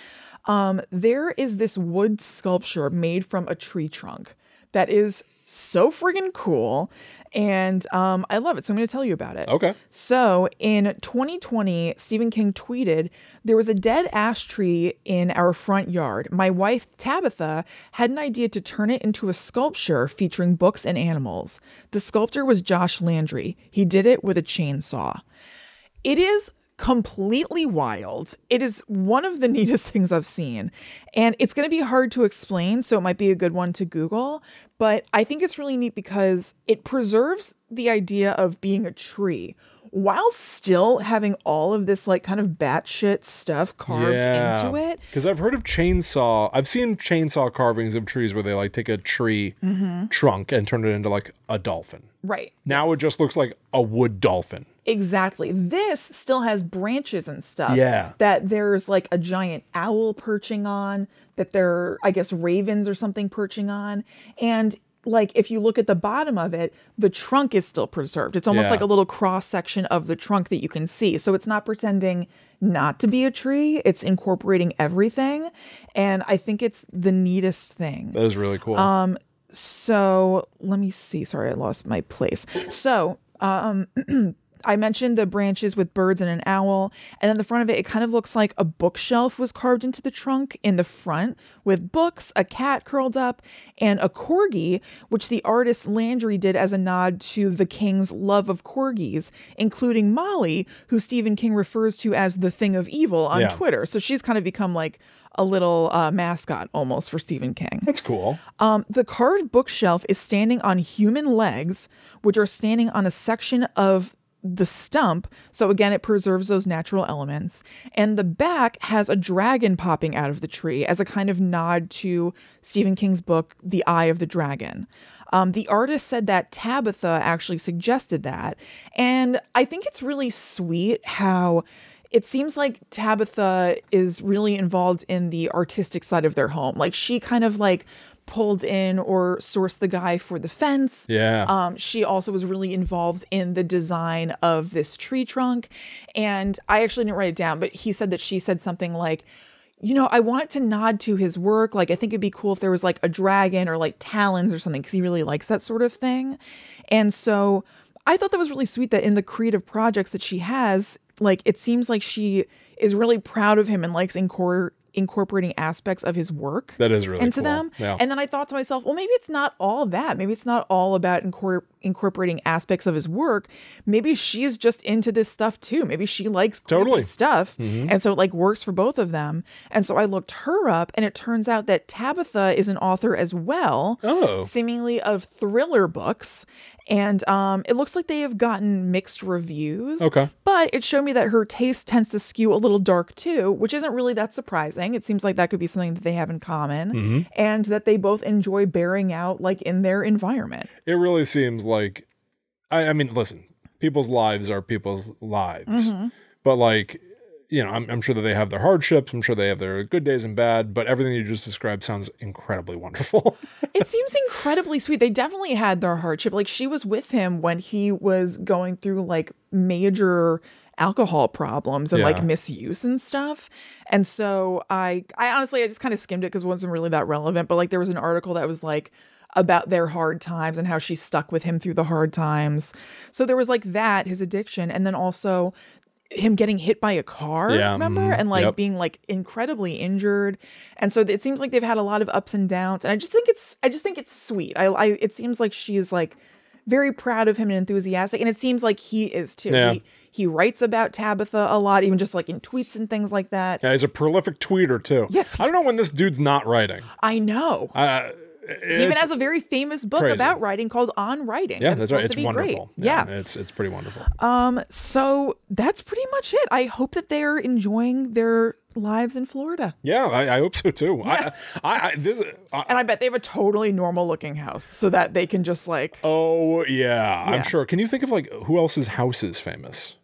Speaker 2: Um, there is this wood sculpture made from a tree trunk that is so friggin' cool, and um, I love it. So I'm going to tell you about it.
Speaker 1: Okay.
Speaker 2: So in 2020, Stephen King tweeted, There was a dead ash tree in our front yard. My wife, Tabitha, had an idea to turn it into a sculpture featuring books and animals. The sculptor was Josh Landry. He did it with a chainsaw. It is completely wild. It is one of the neatest things I've seen. And it's going to be hard to explain, so it might be a good one to Google. But I think it's really neat because it preserves the idea of being a tree while still having all of this, like, kind of batshit stuff carved into it.
Speaker 1: Because I've heard of chainsaw. I've seen chainsaw carvings of trees where they like take a tree
Speaker 2: Mm-hmm.
Speaker 1: trunk and turn it into like a dolphin.
Speaker 2: Right.
Speaker 1: Now it just looks like a wood dolphin.
Speaker 2: Exactly. This still has branches and stuff.
Speaker 1: Yeah.
Speaker 2: That there's like a giant owl perching on, that there are, I guess, ravens or something perching on. And like if you look at the bottom of it, the trunk is still preserved. It's almost
Speaker 1: Yeah.
Speaker 2: like a little cross section of the trunk that you can see. So it's not pretending not to be a tree, it's incorporating everything. And I think it's the neatest thing.
Speaker 1: That is really cool.
Speaker 2: Um, So let me see. Sorry, I lost my place. So um, I mentioned the branches with birds and an owl, and then the front of it, it kind of looks like a bookshelf was carved into the trunk in the front with books, a cat curled up, and a corgi, which the artist Landry did as a nod to the king's love of corgis, including Molly, who Stephen King refers to as the thing of evil on
Speaker 1: Yeah.
Speaker 2: Twitter. So she's kind of become like a little uh, mascot almost for Stephen King.
Speaker 1: That's cool.
Speaker 2: Um, the carved bookshelf is standing on human legs, which are standing on a section of the stump. So again, it preserves those natural elements. And the back has a dragon popping out of the tree as a kind of nod to Stephen King's book, The Eye of the Dragon. Um, the artist said that Tabitha actually suggested that. And I think it's really sweet how it seems like Tabitha is really involved in the artistic side of their home. Like she kind of like pulled in or sourced the guy for the fence.
Speaker 1: Yeah.
Speaker 2: Um, she also was really involved in the design of this tree trunk. And I actually didn't write it down, but he said that she said something like, you know, I want to nod to his work. Like, I think it'd be cool if there was like a dragon or like talons or something, because he really likes that sort of thing. And so I thought that was really sweet that in the creative projects that she has, like it seems like she is really proud of him and likes incor- incorporating aspects of his work
Speaker 1: That is really
Speaker 2: into
Speaker 1: cool.
Speaker 2: them.
Speaker 1: Yeah.
Speaker 2: And then I thought to myself, well, maybe it's not all that. Maybe it's not all about incor- incorporating aspects of his work. Maybe she is just into this stuff too. Maybe she likes creepy
Speaker 1: Totally. Mm-hmm.
Speaker 2: stuff, and so it like works for both of them. And so I looked her up, and it turns out that Tabitha is an author as well
Speaker 1: oh,
Speaker 2: seemingly of thriller books. And um, it looks like they have gotten mixed reviews.
Speaker 1: Okay.
Speaker 2: But it showed me that her taste tends to skew a little dark too, which isn't really that surprising. It seems like that could be something that they have in common and that they both enjoy bearing out like in their environment.
Speaker 1: it really seems like I, I mean, listen, people's lives are people's lives.
Speaker 2: Mm-hmm.
Speaker 1: But like, you know, I'm, I'm sure that they have their hardships. I'm sure they have their good days and bad. But everything you just described sounds incredibly wonderful.
Speaker 2: it seems incredibly sweet. They definitely had their hardship. Like she was with him when he was going through like major alcohol problems and like
Speaker 1: Yeah.
Speaker 2: misuse and stuff. And so I I honestly I just kind of skimmed it because it wasn't really that relevant. But like there was an article that was like about their hard times and how she stuck with him through the hard times. So there was like that, his addiction, and then also him getting hit by a car,
Speaker 1: Yeah,
Speaker 2: remember?
Speaker 1: mhm,
Speaker 2: And like
Speaker 1: yep.
Speaker 2: being like incredibly injured. And so it seems like they've had a lot of ups and downs. And I just think it's I just think it's sweet. I, I it seems like she is like very proud of him and enthusiastic. And it seems like he is too.
Speaker 1: Yeah.
Speaker 2: He he writes about Tabitha a lot, even just like in tweets and things like that.
Speaker 1: yeah, he's a prolific tweeter too.
Speaker 2: Yes,
Speaker 1: I don't know when this dude's not writing.
Speaker 2: I know.
Speaker 1: Uh,
Speaker 2: he even has a very famous book
Speaker 1: crazy.
Speaker 2: about writing called On Writing.
Speaker 1: yeah,
Speaker 2: and
Speaker 1: that's right.
Speaker 2: supposed
Speaker 1: It's
Speaker 2: to be
Speaker 1: wonderful.
Speaker 2: Great. Yeah.
Speaker 1: it's it's pretty wonderful.
Speaker 2: Um, so that's pretty much it. I hope that they're enjoying their lives in Florida.
Speaker 1: yeah, I, I hope so too. I, I, I this. uh, I,
Speaker 2: And I bet they have a totally normal looking house so that they can just like
Speaker 1: oh yeah,
Speaker 2: Yeah.
Speaker 1: I'm sure. Can you think of like who else's house is famous?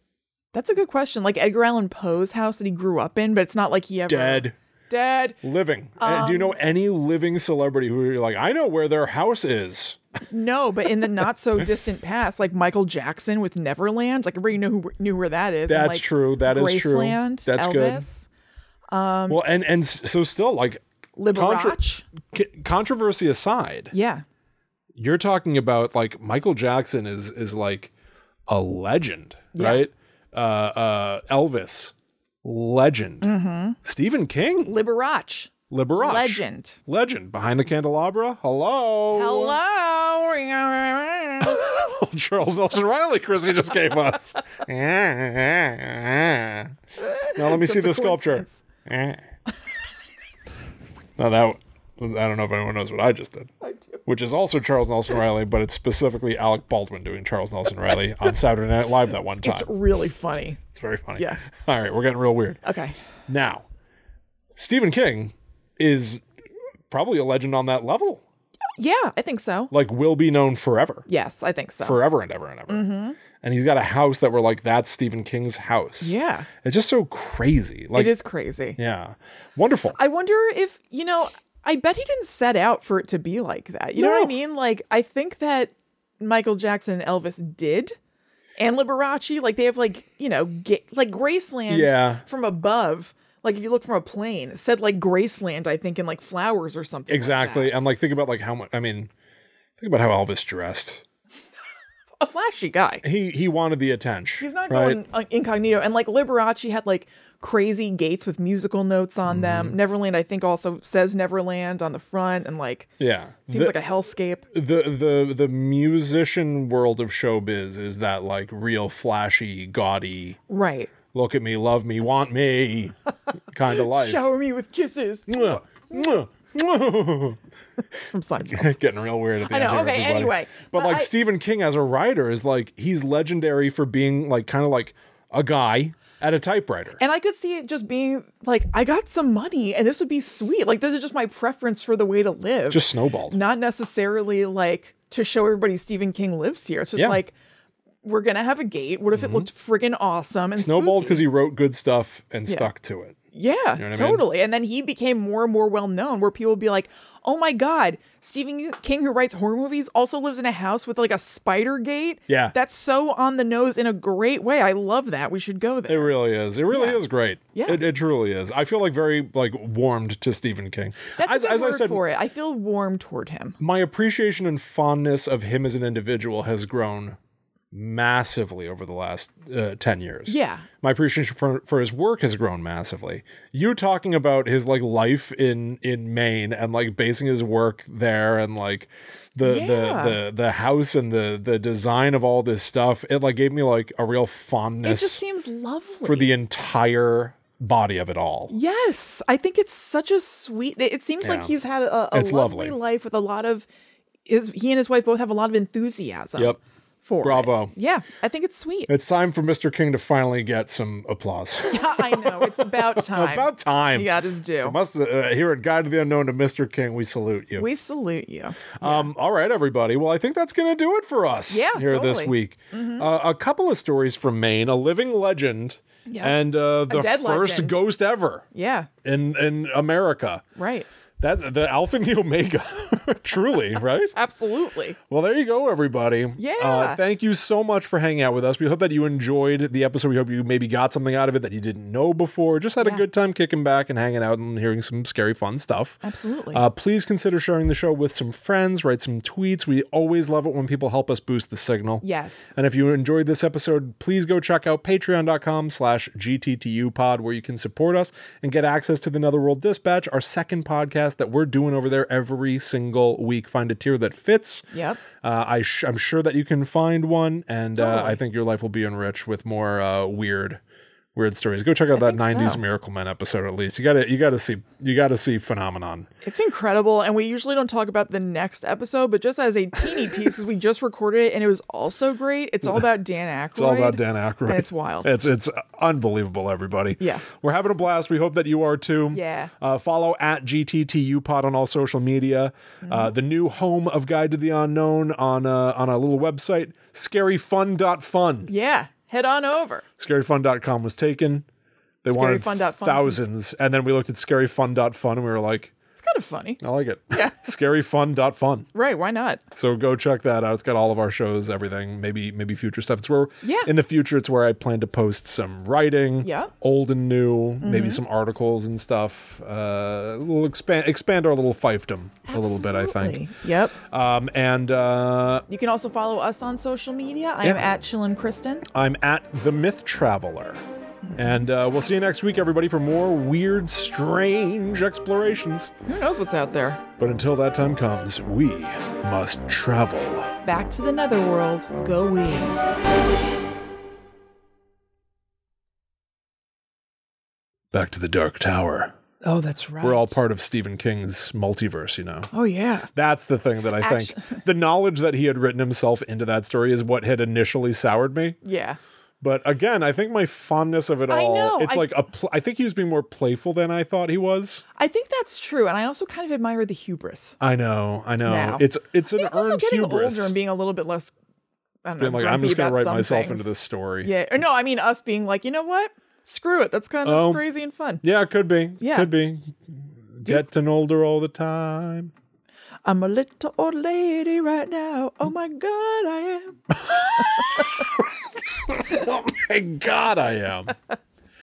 Speaker 2: that's a good question. Like Edgar Allan Poe's house that he grew up in, but it's not like he ever
Speaker 1: Dead.
Speaker 2: Dead.
Speaker 1: Living. Uh, Do you know
Speaker 2: Um,
Speaker 1: any living celebrity who you're like, I know where their house is?
Speaker 2: No, but in the not so distant past, like Michael Jackson with Neverland, like everybody knew who knew where that is. and,
Speaker 1: That's
Speaker 2: like,
Speaker 1: true. That is true.
Speaker 2: Graceland,
Speaker 1: That's good.
Speaker 2: Elvis, Um,
Speaker 1: well, and and s- so still like
Speaker 2: good. Liberace.
Speaker 1: contra- c- controversy aside,
Speaker 2: yeah.
Speaker 1: you're talking about like Michael Jackson is is like a legend, right? Uh, uh, Elvis, legend. Stephen King,
Speaker 2: Liberace.
Speaker 1: Liberace,
Speaker 2: Mm-hmm. Legend.
Speaker 1: legend. Behind the candelabra. Hello,
Speaker 2: Hello.
Speaker 1: old Charles Nelson Riley Chrissy just gave us. now let me see
Speaker 2: Just a
Speaker 1: the sculpture.
Speaker 2: coincidence.
Speaker 1: now that was- I don't know if anyone knows what I just did,
Speaker 2: I do.
Speaker 1: which is also Charles Nelson Riley, but it's specifically Alec Baldwin doing Charles Nelson Riley on Saturday Night Live that one time.
Speaker 2: It's really funny.
Speaker 1: It's very funny.
Speaker 2: yeah.
Speaker 1: All right, we're getting real weird.
Speaker 2: Okay.
Speaker 1: Now, Stephen King is probably a legend on that level.
Speaker 2: Yeah, I think so.
Speaker 1: Like, will be known forever.
Speaker 2: Yes, I think so.
Speaker 1: forever and ever and ever.
Speaker 2: Mm-hmm.
Speaker 1: And he's got a house that we're like, that's Stephen King's house.
Speaker 2: yeah.
Speaker 1: It's just so crazy. Like,
Speaker 2: It is crazy.
Speaker 1: yeah, wonderful.
Speaker 2: I wonder if, you know, I bet he didn't set out for it to be like that. You know what I
Speaker 1: No.
Speaker 2: mean? Like, I think that Michael Jackson and Elvis did. And Liberace, like they have like, you know, ga- like Graceland
Speaker 1: Yeah.
Speaker 2: from above. Like if you look from a plane, it said like Graceland, I think, in like flowers or something. like
Speaker 1: exactly. And like, think about like how much. I mean, think about how Elvis dressed.
Speaker 2: that. a flashy guy.
Speaker 1: He he wanted the attention.
Speaker 2: He's not
Speaker 1: right?
Speaker 2: going uh, incognito. And like Liberace had like crazy gates with musical notes on
Speaker 1: Mm-hmm.
Speaker 2: them. Neverland, I think, also says Neverland on the front and like
Speaker 1: Yeah.
Speaker 2: seems
Speaker 1: the,
Speaker 2: like a hellscape.
Speaker 1: the the the musician world of showbiz is that like real flashy, gaudy,
Speaker 2: Right.
Speaker 1: look at me, love me, want me kind of life.
Speaker 2: Shower me with kisses
Speaker 1: Mwah, mwah, mwah.
Speaker 2: from Seinfeld.
Speaker 1: It's getting real weird at the
Speaker 2: I
Speaker 1: end.
Speaker 2: know,
Speaker 1: here,
Speaker 2: okay,
Speaker 1: everybody.
Speaker 2: anyway,
Speaker 1: But,
Speaker 2: but
Speaker 1: like
Speaker 2: I-
Speaker 1: Stephen King as a writer is like he's legendary for being like kind of like a guy at a typewriter.
Speaker 2: and I could see it just being like, I got some money and this would be sweet. Like, this is just my preference for the way to live.
Speaker 1: just snowballed.
Speaker 2: not necessarily like to show everybody Stephen King lives here. It's just
Speaker 1: Yeah. Mm-hmm.
Speaker 2: like, we're going to have a gate. What if it looked friggin' awesome and
Speaker 1: Snowballed
Speaker 2: spooky?
Speaker 1: because he wrote good stuff and stuck to it.
Speaker 2: Yeah,
Speaker 1: what I mean?
Speaker 2: totally. And then he became more and more well known, where people would be like, "Oh my God, Stephen King, who writes horror movies, also lives in a house with like a spider gate."
Speaker 1: Yeah.
Speaker 2: that's so on the nose in a great way. I love that. We should go
Speaker 1: It
Speaker 2: there.
Speaker 1: really is. It really
Speaker 2: Yeah.
Speaker 1: is great.
Speaker 2: Yeah.
Speaker 1: It, it truly is. I feel like very like warmed to Stephen King.
Speaker 2: That's
Speaker 1: as,
Speaker 2: a good
Speaker 1: as
Speaker 2: word
Speaker 1: I said,
Speaker 2: for it. I feel warm toward him.
Speaker 1: my appreciation and fondness of him as an individual has grown massively over the last uh, 10 years.
Speaker 2: Yeah.
Speaker 1: My appreciation for, for his work has grown massively. You talking about his like life in in Maine and like basing his work there and like the
Speaker 2: Yeah.
Speaker 1: the, the the house and the the design of all this stuff, it like gave me like a real
Speaker 2: It
Speaker 1: fondness
Speaker 2: just seems lovely.
Speaker 1: for the entire body of it all.
Speaker 2: yes, I think it's such a sweet. It it seems like
Speaker 1: Yeah.
Speaker 2: he's had a, a
Speaker 1: It's
Speaker 2: lovely,
Speaker 1: lovely.
Speaker 2: life with a lot of. Is he and his wife both have a lot of enthusiasm?
Speaker 1: Yep.
Speaker 2: For it.
Speaker 1: Bravo.
Speaker 2: Yeah, I think it's sweet.
Speaker 1: It's time for Mr. King to finally get some applause.
Speaker 2: I know it's about time.
Speaker 1: About time.
Speaker 2: you got his due.
Speaker 1: Must uh, here at Guide to the Unknown to Mr. King, we salute you.
Speaker 2: we salute you.
Speaker 1: Um, all right, everybody. Well, I think that's going to do it for us
Speaker 2: Yeah,
Speaker 1: here
Speaker 2: totally. Mm-hmm.
Speaker 1: this week. Uh, a couple of stories from Maine, a living legend,
Speaker 2: Yeah.
Speaker 1: and uh, the
Speaker 2: dead
Speaker 1: first
Speaker 2: legend.
Speaker 1: ghost ever
Speaker 2: Yeah.
Speaker 1: in in America.
Speaker 2: Right.
Speaker 1: That's the Alpha and the Omega, truly, right?
Speaker 2: Absolutely.
Speaker 1: Well, there you go, everybody.
Speaker 2: Yeah.
Speaker 1: Uh, thank you so much for hanging out with us. We hope that you enjoyed the episode. We hope you maybe got something out of it that you didn't know before. Just had
Speaker 2: Yeah.
Speaker 1: a good time kicking back and hanging out and hearing some scary, fun stuff.
Speaker 2: Absolutely.
Speaker 1: Uh, please consider sharing the show with some friends, write some tweets. We always love it when people help us boost the signal.
Speaker 2: yes.
Speaker 1: And if you enjoyed this episode, please go check out patreon.com slash gttupod where you can support us and get access to the Netherworld Dispatch, our second podcast that we're doing over there every single week. Find a tier that fits.
Speaker 2: Yep.
Speaker 1: Uh, I sh- I'm sure that you can find one, and uh,
Speaker 2: Totally.
Speaker 1: I think your life will be enriched with more uh, weird, weird stories. Go check out that
Speaker 2: think
Speaker 1: '90s
Speaker 2: so.
Speaker 1: Miracle Men episode at least. You gotta, you gotta see, you gotta see Phenomenon.
Speaker 2: It's incredible. And we usually don't talk about the next episode, but just as a teeny tease, 'cause we just recorded it and it was also great. It's all about Dan Aykroyd.
Speaker 1: It's all about Dan Aykroyd.
Speaker 2: And it's wild.
Speaker 1: It's it's unbelievable, everybody.
Speaker 2: Yeah.
Speaker 1: we're having a blast. We hope that you are too.
Speaker 2: Yeah.
Speaker 1: Uh, follow at GTTUPod on all social media. Uh, the new home of Guide to the Unknown on uh, on a little website, scaryfun.fun.
Speaker 2: Yeah. Head on over.
Speaker 1: scaryfun.com was taken. They wanted
Speaker 2: Scaryfun.fun.
Speaker 1: thousands. And then we looked at scaryfun.fun and we were like,
Speaker 2: It's kind of funny.
Speaker 1: I like it. Yeah. scaryfun.fun.
Speaker 2: Right. Why not?
Speaker 1: So go check that out. It's got all of our shows, everything, maybe maybe future stuff. It's where
Speaker 2: Yeah.
Speaker 1: in the future it's where I plan to post some writing,
Speaker 2: Yeah.
Speaker 1: old and new, maybe
Speaker 2: Mm-hmm.
Speaker 1: some articles and stuff. Uh we'll expand expand our little fiefdom a little bit, I think.
Speaker 2: Absolutely. Yep.
Speaker 1: Um and uh
Speaker 2: You can also follow us on social media. I am
Speaker 1: Yeah.
Speaker 2: at Chillin' Kristen.
Speaker 1: I'm at The Myth Traveler. And uh, we'll see you next week, everybody, for more weird, strange explorations.
Speaker 2: Who knows what's out there?
Speaker 1: But until that time comes, we must travel.
Speaker 2: Back to the netherworld. Go we.
Speaker 1: Back to the Dark Tower.
Speaker 2: Oh, that's right.
Speaker 1: We're all part of Stephen King's multiverse, you know.
Speaker 2: Oh yeah.
Speaker 1: That's the thing that I
Speaker 2: Actu-
Speaker 1: think. The knowledge that he had written himself into that story is what had initially soured me.
Speaker 2: Yeah.
Speaker 1: But again, I think my fondness of it all,
Speaker 2: I know,
Speaker 1: it's
Speaker 2: I-
Speaker 1: like, a pl- I think he was being more playful than I thought he was.
Speaker 2: I think that's true, and I also kind of admire the hubris.
Speaker 1: I know, I know.
Speaker 2: Now.
Speaker 1: It's it's an
Speaker 2: It's also
Speaker 1: earned
Speaker 2: getting
Speaker 1: hubris.
Speaker 2: older and being a little bit less. I don't know.
Speaker 1: Being like, I'm just
Speaker 2: going
Speaker 1: gonna
Speaker 2: to
Speaker 1: write myself into this story.
Speaker 2: Yeah. Or no, I mean us being like, you know what? Screw it. That's kind of
Speaker 1: Oh.
Speaker 2: crazy and fun.
Speaker 1: Yeah, it could be.
Speaker 2: Yeah.
Speaker 1: Could be. Getting older all the time.
Speaker 2: I'm a little old lady right now. Oh my god, I am.
Speaker 1: Oh my god, I am.